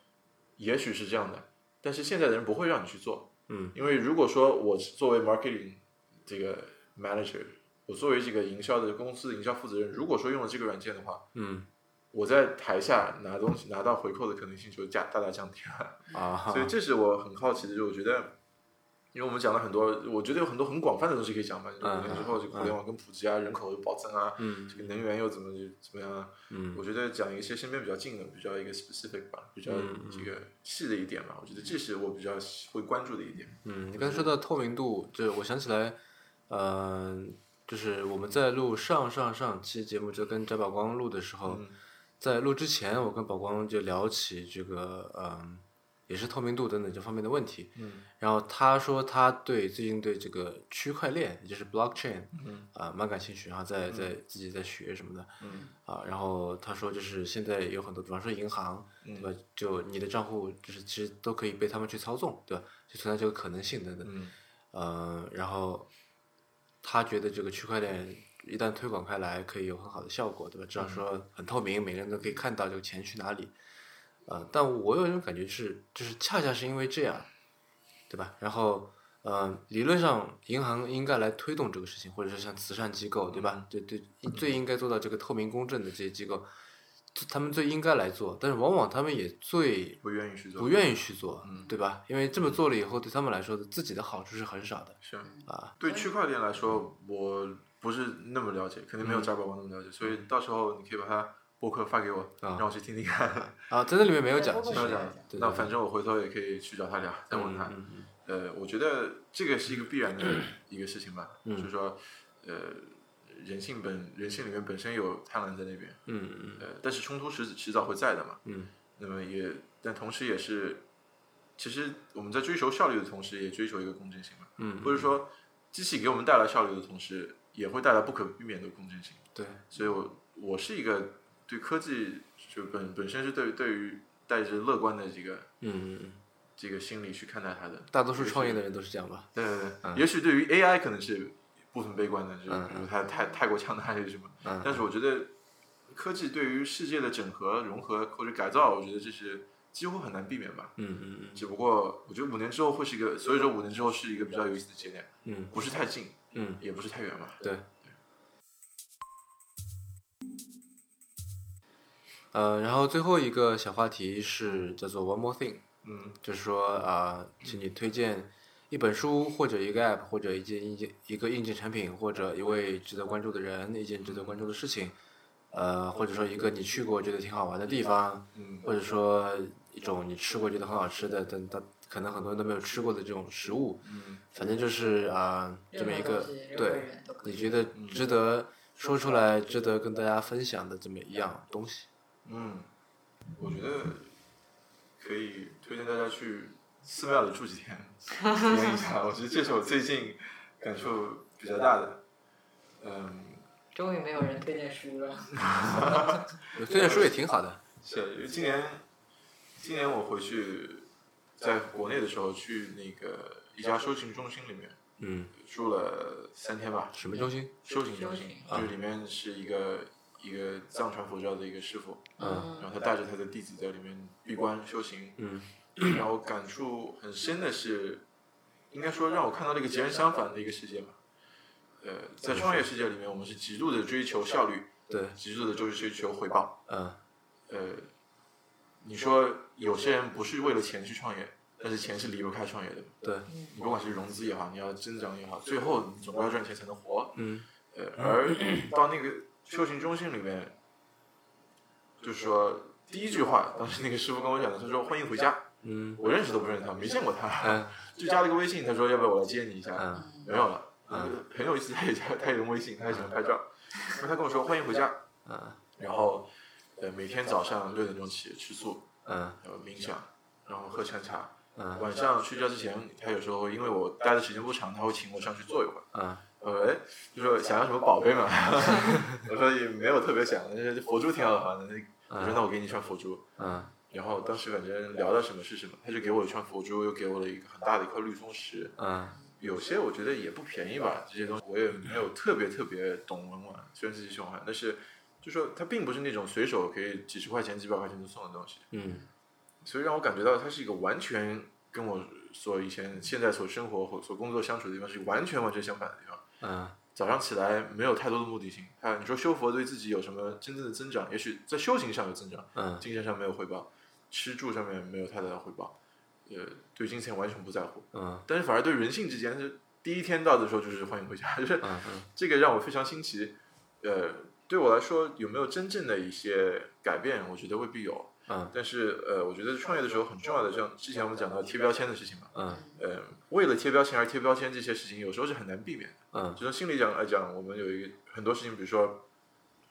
也许是这样的，但是现在的人不会让你去做，
嗯，
因为如果说我是作为 marketing 这个 manager，我作为这个营销的公司的营销负责人，如果说用了这个软件的话，
嗯
我在台下拿东西拿到回扣的可能性就加大大降低了。
啊哈，
所以这是我很好奇的，就我觉得，因为我们讲了很多，我觉得有很多很广泛的东西可以讲嘛，就是
嗯
五年之后这个互联网跟普及啊，人口又暴增啊，
嗯
这个能源又怎么怎么样啊，
嗯
我觉得讲一些身边比较近的，比较一个 specific 吧，比较
嗯
这个细的一点嘛，我觉得这是我比较会关注的一点。
嗯，你刚才说到透明度，就我想起来，嗯、就是我们在录上上上期节目，就跟翟宝光录的时候，
嗯
在录之前，我跟宝光就聊起这个，嗯、也是透明度等等这方面的问题。
嗯
然后他说他对最近对这个区块链，也就是 blockchain，
嗯
啊、蛮感兴趣，然后在在自己在学什么的。
嗯
啊，然后他说就是现在有很多，比方说银行，对吧？就你的账户就是其实都可以被他们去操纵，对吧？就存在这个可能性等等。
嗯
呃，然后他觉得这个区块链一旦推广开来，可以有很好的效果，对吧？至少说很透明，每个人都可以看到这个钱去哪里。呃，但我有一种感觉是，就是恰恰是因为这样，对吧？然后，呃，理论上银行应该来推动这个事情，或者是像慈善机构，对吧？对对，最应该做到这个透明公正的这些机构，他们最应该来做，但是往往他们也最
不愿意去做，
不
意
愿意去做，
嗯
对吧？因为这么做了以后，对他们来说，自己的好处是很少的。
是
啊。
对区块链来说，我不是那么了解，
嗯
肯定没有翟宝光那么了解，所以到时候你可以把它博客发给我，
啊
让我去听听看。
啊，在那里面没有
对
讲，
包括
其
没有
实
这
讲
样
对，
那
对
反正我回头也可以去找他聊，再问他。
嗯嗯
呃，我觉得这个是一个必然的一个事情吧，
嗯
就是说，呃，人性本人性里面本身有贪婪在那边，
嗯嗯
呃，但是冲突迟迟早会在的嘛。
嗯。
那么也，但同时也是，其实我们在追求效率的同时，也追求一个公正性嘛。
嗯
或者说，机器给我们带来效率的同时，也会带来不可避免的公正性。
对，
所以我我是一个对科技就本本身是对对于带着乐观的这个
嗯嗯嗯，
这个心理去看待它的。
大多数创业的人都是这样吧？
对对对，
嗯
也许对于 AI 可能是部分悲观的，就是比如它太太过强大还是什么。
嗯
但是我觉得科技对于世界的整合、融合或者改造，我觉得这是几乎很难避免吧。
嗯嗯
只不过我觉得五年之后会是一个，所以说五年之后是一个比较有意思的节点，
嗯
不是太近，
嗯，
也不是太远嘛。
对。呃，然后最后一个小话题是叫做 One More Thing，
嗯
就是说啊、请你推荐一本书或者一个 App 或者一件硬件一个硬件产品或者一位值得关注的人，一件值得关注的事情，呃，或者说一个你去过觉得挺好玩的地方，
嗯
或者说一种你吃过觉得很好吃的，但但可能很多人都没有吃过的这种食物，
嗯
反正就是啊、这么一
任
个
何东西任何
对
人都，可以
你觉得值得说出来、值得跟大家分享的这么一样东西？
嗯，我觉得可以推荐大家去寺庙里住几天，体验一下。我觉得这是我最近感受比较大的。嗯，
终于没有人推荐书了。
推荐书也挺好的，
是因为今年，今年我回去在国内的时候去那个一家修行中心里面
嗯，
住了三天吧，
什么中心？
修行中
修
心
行，
就是里面是一个一个藏传佛教的一个师傅，
嗯
然后他带着他的弟子在里面闭关修行，
嗯
然后感触很深的是，应该说让我看到了一个截然相反的一个世界吧。呃，在创业世界里面，我们是极度的追求效率，
对，
极度的就是追求回报。
嗯
呃，你说有些人不是为了钱去创业，但是钱是离不开创业的。
对，
你不管是融资也好，你要增长也好，最后你总归要赚钱才能活。
嗯
呃，而到那个修行中心里面，就是说第一句话，当时那个师傅跟我讲的，他说欢迎回家。
嗯
我认识都不认识他，没见过他。
嗯
就加了个微信，他说要不要我来接你一下？
嗯
没有了，嗯，很有意思，他也加，他也用微信，他也喜欢拍照，然后他跟我说欢迎回家，
嗯
然后呃每天早上六点钟起吃素，
嗯
然后冥想，然后喝禅茶，
嗯
晚上睡觉之前，他有时候因为我待的时间不长，他会请我上去坐一会儿。
嗯
呃，哎就说想要什么宝贝嘛， 我说也没有特别想，但是佛珠挺好玩的，我说那我给你一串佛珠，
嗯
然后当时反正聊到什么是什么，他就给我一串佛珠，又给我了一个很大的一块绿松石，
嗯
一有些我觉得也不便宜吧，这些东西我也没有特别特别懂文玩，虽然是喜欢玩，但是就说它并不是那种随手可以几十块钱、几百块钱就送的东西，
嗯
所以让我感觉到它是一个完全跟我所以前现在所生活或所工作相处的地方是完全完全相反的地方。
啊
早上起来没有太多的目的性，还有你说修佛对自己有什么真正的增长？也许在修行上有增长，
嗯
精神上没有回报，吃住上面没有太大的回报，呃，对金钱完全不在乎，
嗯
但是反而对人性之间是第一天到的时候就是欢迎回家， 就是
嗯
这个让我非常新奇。呃，对我来说有没有真正的一些改变，我觉得未必有。
嗯
但是呃，我觉得创业的时候很重要的，像之前我们讲到贴标签的事情嘛，
嗯
呃，为了贴标签而贴标签这些事情，有时候是很难避免的。
嗯
就从心理讲来讲，我们有一个很多事情，比如说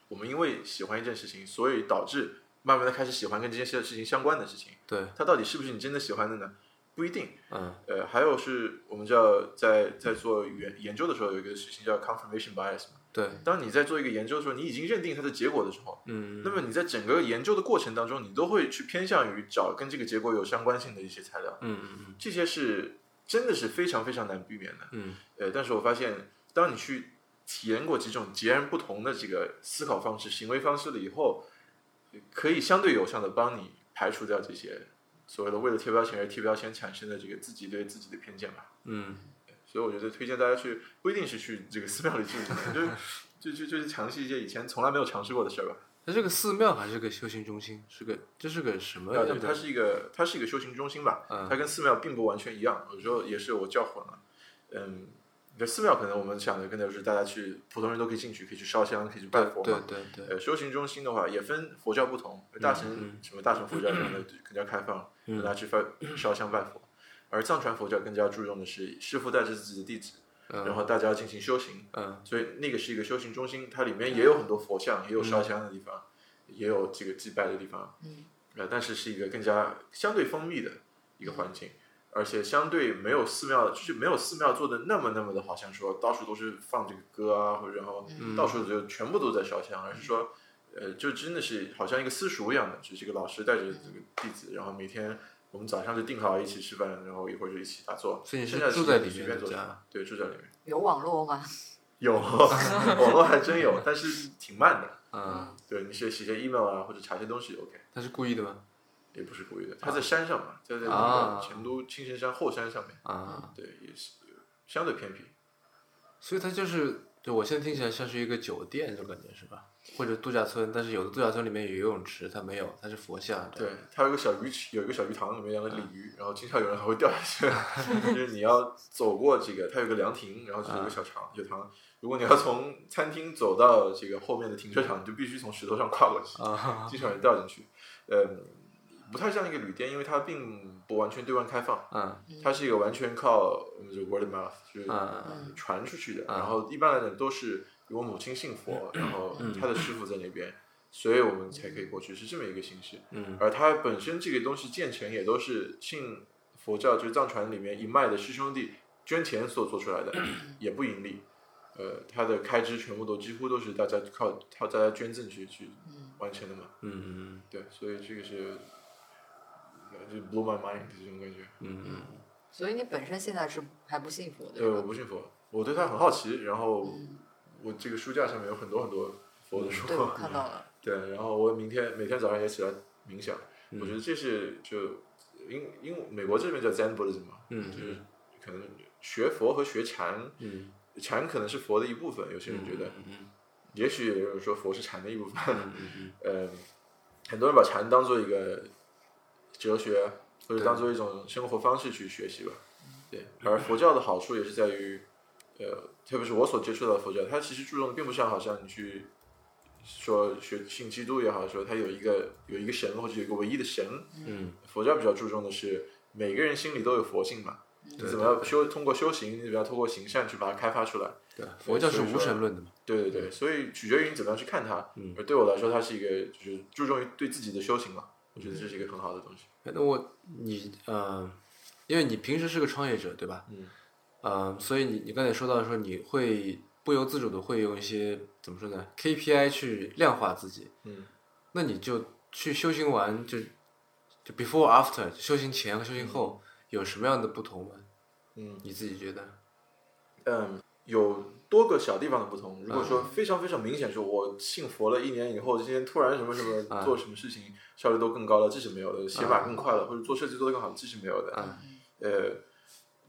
我们因为喜欢一件事情，所以导致慢慢的开始喜欢跟这件事事情相关的事情。
对
它到底是不是你真的喜欢的呢？不一定。
嗯
呃，还有是我们叫在在做研研究的时候，有一个事情叫 confirmation bias 嘛。
对
当你在做一个研究的时候，你已经认定它的结果的时候，
嗯
那么你在整个研究的过程当中，你都会去偏向于找跟这个结果有相关性的一些材料，
嗯嗯
这些是真的是非常非常难避免的。
嗯
呃，但是我发现，当你去体验过几种截然不同的这个思考方式、行为方式了以后，可以相对有效的帮你排除掉这些所谓的为了贴标签而贴标签产生的这个自己对自己的偏见吧。
嗯
所以我觉得推荐大家去，不一定是去这个寺庙里住，就是就就就是尝试一些以前从来没有尝试过的事儿吧。
那这个寺庙还是个修行中心，是个这是个什么
啊
样
对，
的？
它是一个它是一个修行中心吧，
嗯
它跟寺庙并不完全一样，有时候也是我叫混了。嗯，这寺庙可能我们想的更多是大家去普通人都可以进去，可以去烧香，可以去拜
对
佛嘛。
对对对，
呃，修行中心的话也分佛教不同，大乘、
嗯
什么大乘佛教这样的更加开放，
嗯
大家去拜烧香拜佛，而藏传佛教更加注重的是师傅带着自己的弟子，然
嗯
后大家进行修行，
嗯
所以那个是一个修行中心，它里面也有很多佛像，也有烧香的地方，也有这个祭拜的地方，
嗯，
呃，但是是一个更加相对封闭的一个环境。而且相对没有寺庙，就是没有寺庙做的那么那么的，好像说到处都是放这个歌啊，或者然后
嗯
到处就全部都在烧香，而是说，呃，就真的是好像一个私塾一样的，就是这个老师带着这个弟子，然后每天我们早上就定好一起吃饭，然后一会儿就一起打坐。
所以你是
剩下的
住
时间
在
就
里
随
面
便
的
做
家
什么对，住在里面。
有网络吗？
有， 网络还真有，但是挺慢的。
嗯，
对，你是写些 email 啊，或者查些东西，OK，
他是故意的吗？
也不是故意的。他在山上嘛，在在那
啊
个成都青城山后山上面，
啊，
对，也是相对偏僻。
所以它就是，就我现在听起来像是一个酒店，就感觉是吧？或者度假村，但是有的度假村里面有游泳池，它没有，它是佛像。这
对
样，，
它有一个小鱼池，有一个小鱼塘，里面养了
嗯
鲤鱼，然后经常有人还会掉下 去。就是你要走过这个，它有个凉亭，然
嗯
后就是有个小长小塘。如果你要从餐厅走到这个后面的停车场，你就必须从石头上跨过去，
啊，
经常有人掉进去。嗯，不太像一个旅店，因为它并不完全对外开放，
嗯
它是一个完全靠我们就 word of mouth，就是
嗯
传出去的。
嗯
然后一般来讲都是我母亲信佛，然后她的师傅在那边，所以我们才可以过去，是这么一个形式。
嗯
而它本身这个东西建成也都是信佛教，就是藏传里面一脉的师兄弟捐钱所做出来的，也不盈利。呃，它的开支全部都几乎都是大家靠靠大家捐赠去去完成的嘛。
嗯嗯
对，所以这个是呃就 blow my mind 这种感觉。
嗯嗯
所以你本身现在是还不信佛的，
对，
是
我
吧
不信佛，我对它很好奇，然后我这个书架上面有很多很多佛的书。
对，我看到了。
对，然后我明天每天早上也起来冥想，
嗯
我觉得这是就因因为美国这边叫 Zen Buddhism 嘛，
嗯
就是可能学佛和学禅，
嗯
禅可能是佛的一部分，有些人觉得，
嗯
也许有人说佛是禅的一部分，
嗯
呃，很多人把禅当做一个哲学或者当做一种生活方式去学习吧，对，而佛教的好处也是在于，呃，特别是我所接触到的佛教，它其实注重的并不像好像你去说学信基督也好，说它有一个有一个神或者有一个唯一的神，
嗯
佛教比较注重的是每个人心里都有佛性嘛，你怎么样修通过修行，你怎么样通过行善去把它开发出来。
对，佛教是无神论的嘛。
对对对，所以取决于你怎么样去看它。
嗯
而对我来说，它是一个就是注重于对自己的修行嘛，我觉得这是一个很好的东西。
那我你呃，因为你平时是个创业者对吧？
嗯，
呃，所以你你刚才说到说你会不由自主的会用一些怎么说呢 KPI 去量化自己。
嗯，
那你就去修行完就就 before after 修行前和修行后有什么样的不同吗？
嗯，
你自己觉得？
嗯，有多个小地方的不同。如果说非常非常明显，说我信佛了一年以后，今天突然什么什么做什么事情效率都更高了，这是没有的；写法更快了，或者做设计做得更好，这是没有的。呃，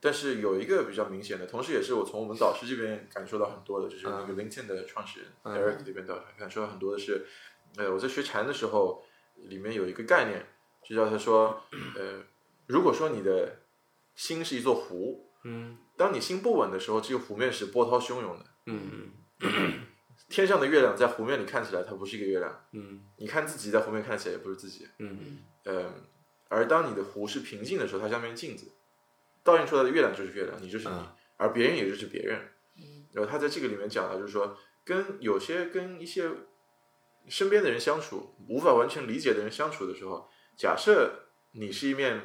但是有一个比较明显的，同时也是我从我们导师这边感受到很多的，就是那个 LinkedIn 的创始人 Eric 这边导感受到很多的是，呃，我在学禅的时候，里面有一个概念，就叫他说，呃，如果说你的心是一座湖。
嗯
当你心不稳的时候，这个湖面是波涛汹涌的。
嗯
天上的月亮在湖面里看起来它不是一个月亮，
嗯
你看自己在湖面看起来也不是自己。
嗯
嗯，而当你的湖是平静的时候，它像面镜子，倒映出来的月亮就是月亮，你就是你，
嗯
而别人也就是别人。然后他在这个里面讲了，就是说跟有些跟一些身边的人相处，无法完全理解的人相处的时候，假设你是一面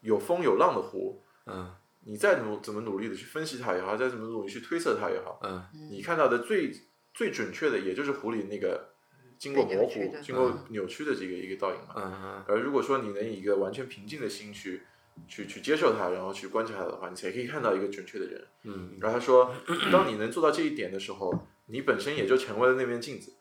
有风有浪的湖，
嗯
你再努怎么努力的去分析它也好，再怎么努力去推测它也好，
嗯
你看到的最最准确的，也就是湖里那个经过
被
模
扭曲
糊
的、
经过
嗯
扭曲的这个一个倒影嘛。
嗯
而如果说你能以一个完全平静的心去去去接受它，然后去观察它的话，你才可以看到一个准确的人。
嗯
然后他说，当你能做到这一点的时候，你本身也就成为了那面镜子。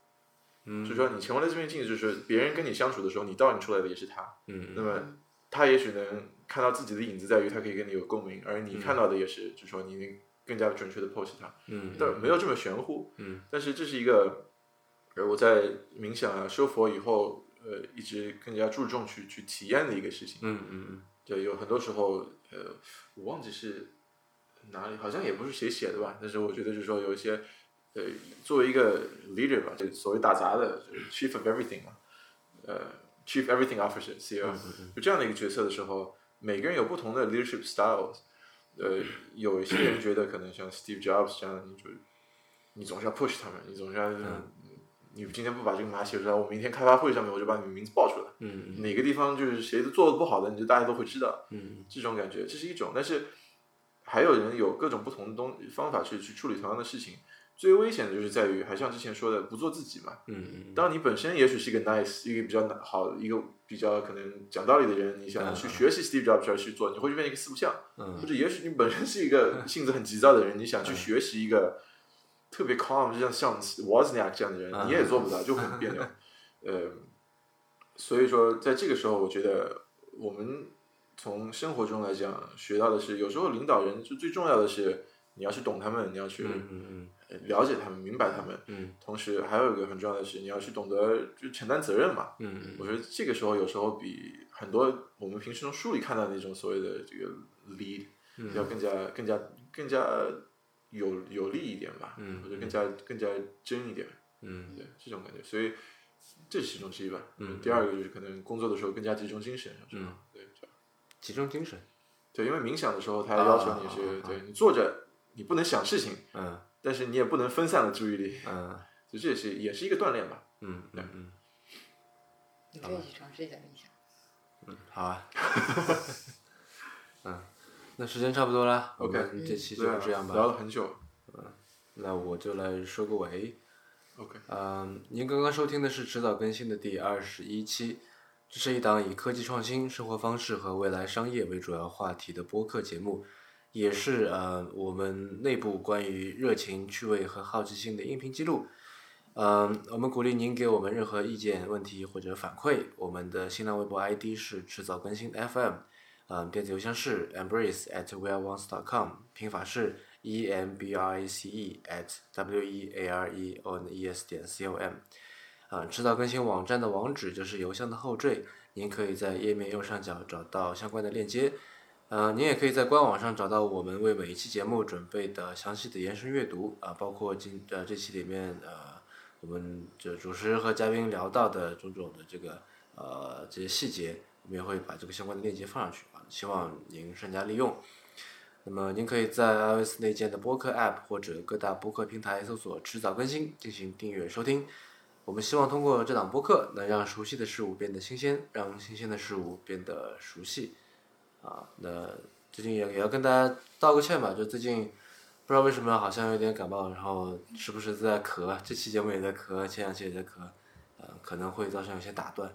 嗯，
就是说，你成为了这面镜子，就是别人跟你相处的时候，你倒映出来的也是他。那
嗯
么他也许能看到自己的影子，在于他可以跟你有共鸣，而你看到的也是，就是说你能更加准确的 pose 他。
嗯
但没有这么玄乎。
嗯，
但是这是一个，呃，我在冥想啊、修佛以后，呃，一直更加注重去去体验的一个事情。
嗯嗯
对，有很多时候，呃，我忘记是哪里，好像也不是谁写的吧。但是我觉得就是说，有一些，呃，作为一个 leader 吧，就所谓打杂的就是 chief of everything 嘛，呃，chief everything officer CEO，、就这样的一个角色的时候，每个人有不同的 leadership styles。呃，有一些人觉得可能像 Steve Jobs 这样的，你就你总是要 push 他们，你总是要，你今天不把这个码写出来，我明天开发会上面我就把你们名字报出来。
嗯
哪个地方就是谁做的不好的，你就大家都会知道，
嗯
这种感觉，这是一种。但是还有人有各种不同的东方法去去处理同样的事情。最危险的就是在于，还像之前说的，不做自己嘛。
嗯
当你本身也许是一个 nice，一个比较好，一个比较可能讲道理的人，你想去学习 Steve Jobs 而去做，你会变成一个四不像。
嗯
或者也许你本身是一个性子很急躁的人，你想去学习一个特别 calm，就像像 Wozniak 这样的人，
嗯
你也做不到，就很别扭。 呃，所以说在这个时候，我觉得我们从生活中来讲学到的是，有时候领导人就最重要的是你要去懂他们，你要去
嗯
呃了解他们、明白他们。
嗯
同时还有一个很重要的是，你要去懂得就承担责任嘛。
嗯
我觉得这个时候有时候比很多我们平时从书里看到的那种所谓的这个 lead
嗯
要更加、更加更加有有利一点吧，
嗯
或者更加更加真一点，
嗯
对这种感觉，所以这是其中之一吧。
嗯
第二个就是可能工作的时候更加集中精神，是吧？对，这样
集中精神，
对，因为冥想的时候它要求你
啊
是，
啊啊
对你坐着你不能想事情，
嗯
但是你也不能分散了注意力，
嗯
就这也是也是一个锻炼吧。
嗯嗯
你可以去尝试一下冥想。
嗯，好啊， 嗯，那时间差不多了我们这期就
对啊
这样
聊
吧，
了很久。
那我就来收个尾。
OK，
嗯，您刚刚收听的是迟早更新的第二十一期，这是一档以科技创新、生活方式和未来商业为主要话题的播客节目，也是呃我们内部关于热情、趣味和好奇心的音频记录。嗯，我们鼓励您给我们任何意见、问题或者反馈。我们的新浪微博 ID 是迟早更新 FM，嗯，电子邮箱是 embrace at weareones.com，拼法是 e m b r a c e at w e a r e o n e s 点 c o m。啊、迟早更新网站的网址就是邮箱的后缀，您可以在页面右上角找到相关的链接。呃，您也可以在官网上找到我们为每一期节目准备的详细的延伸阅读啊、包括今呃这期里面呃我们这主持和嘉宾聊到的种种的这个呃这些细节，我们也会把这个相关的链接放上去啊，希望您善加利用。那么您可以在 iOS 内建的播客 App 或者各大播客平台搜索“迟早更新”进行订阅收听。我们希望通过这档播客，能让熟悉的事物变得新鲜，让新鲜的事物变得熟悉。啊，那最近也也要跟大家道个歉吧，就最近不知道为什么好像有点感冒，然后时不时在咳，这期节目也在咳，前两期也在咳，呃，可能会造成有些打断。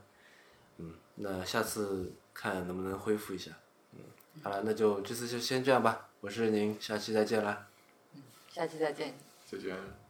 嗯，那下次看能不能恢复一下。嗯，好了，那就这次就先这样吧，我是宁，下期再见啦，
下期再见。
再见。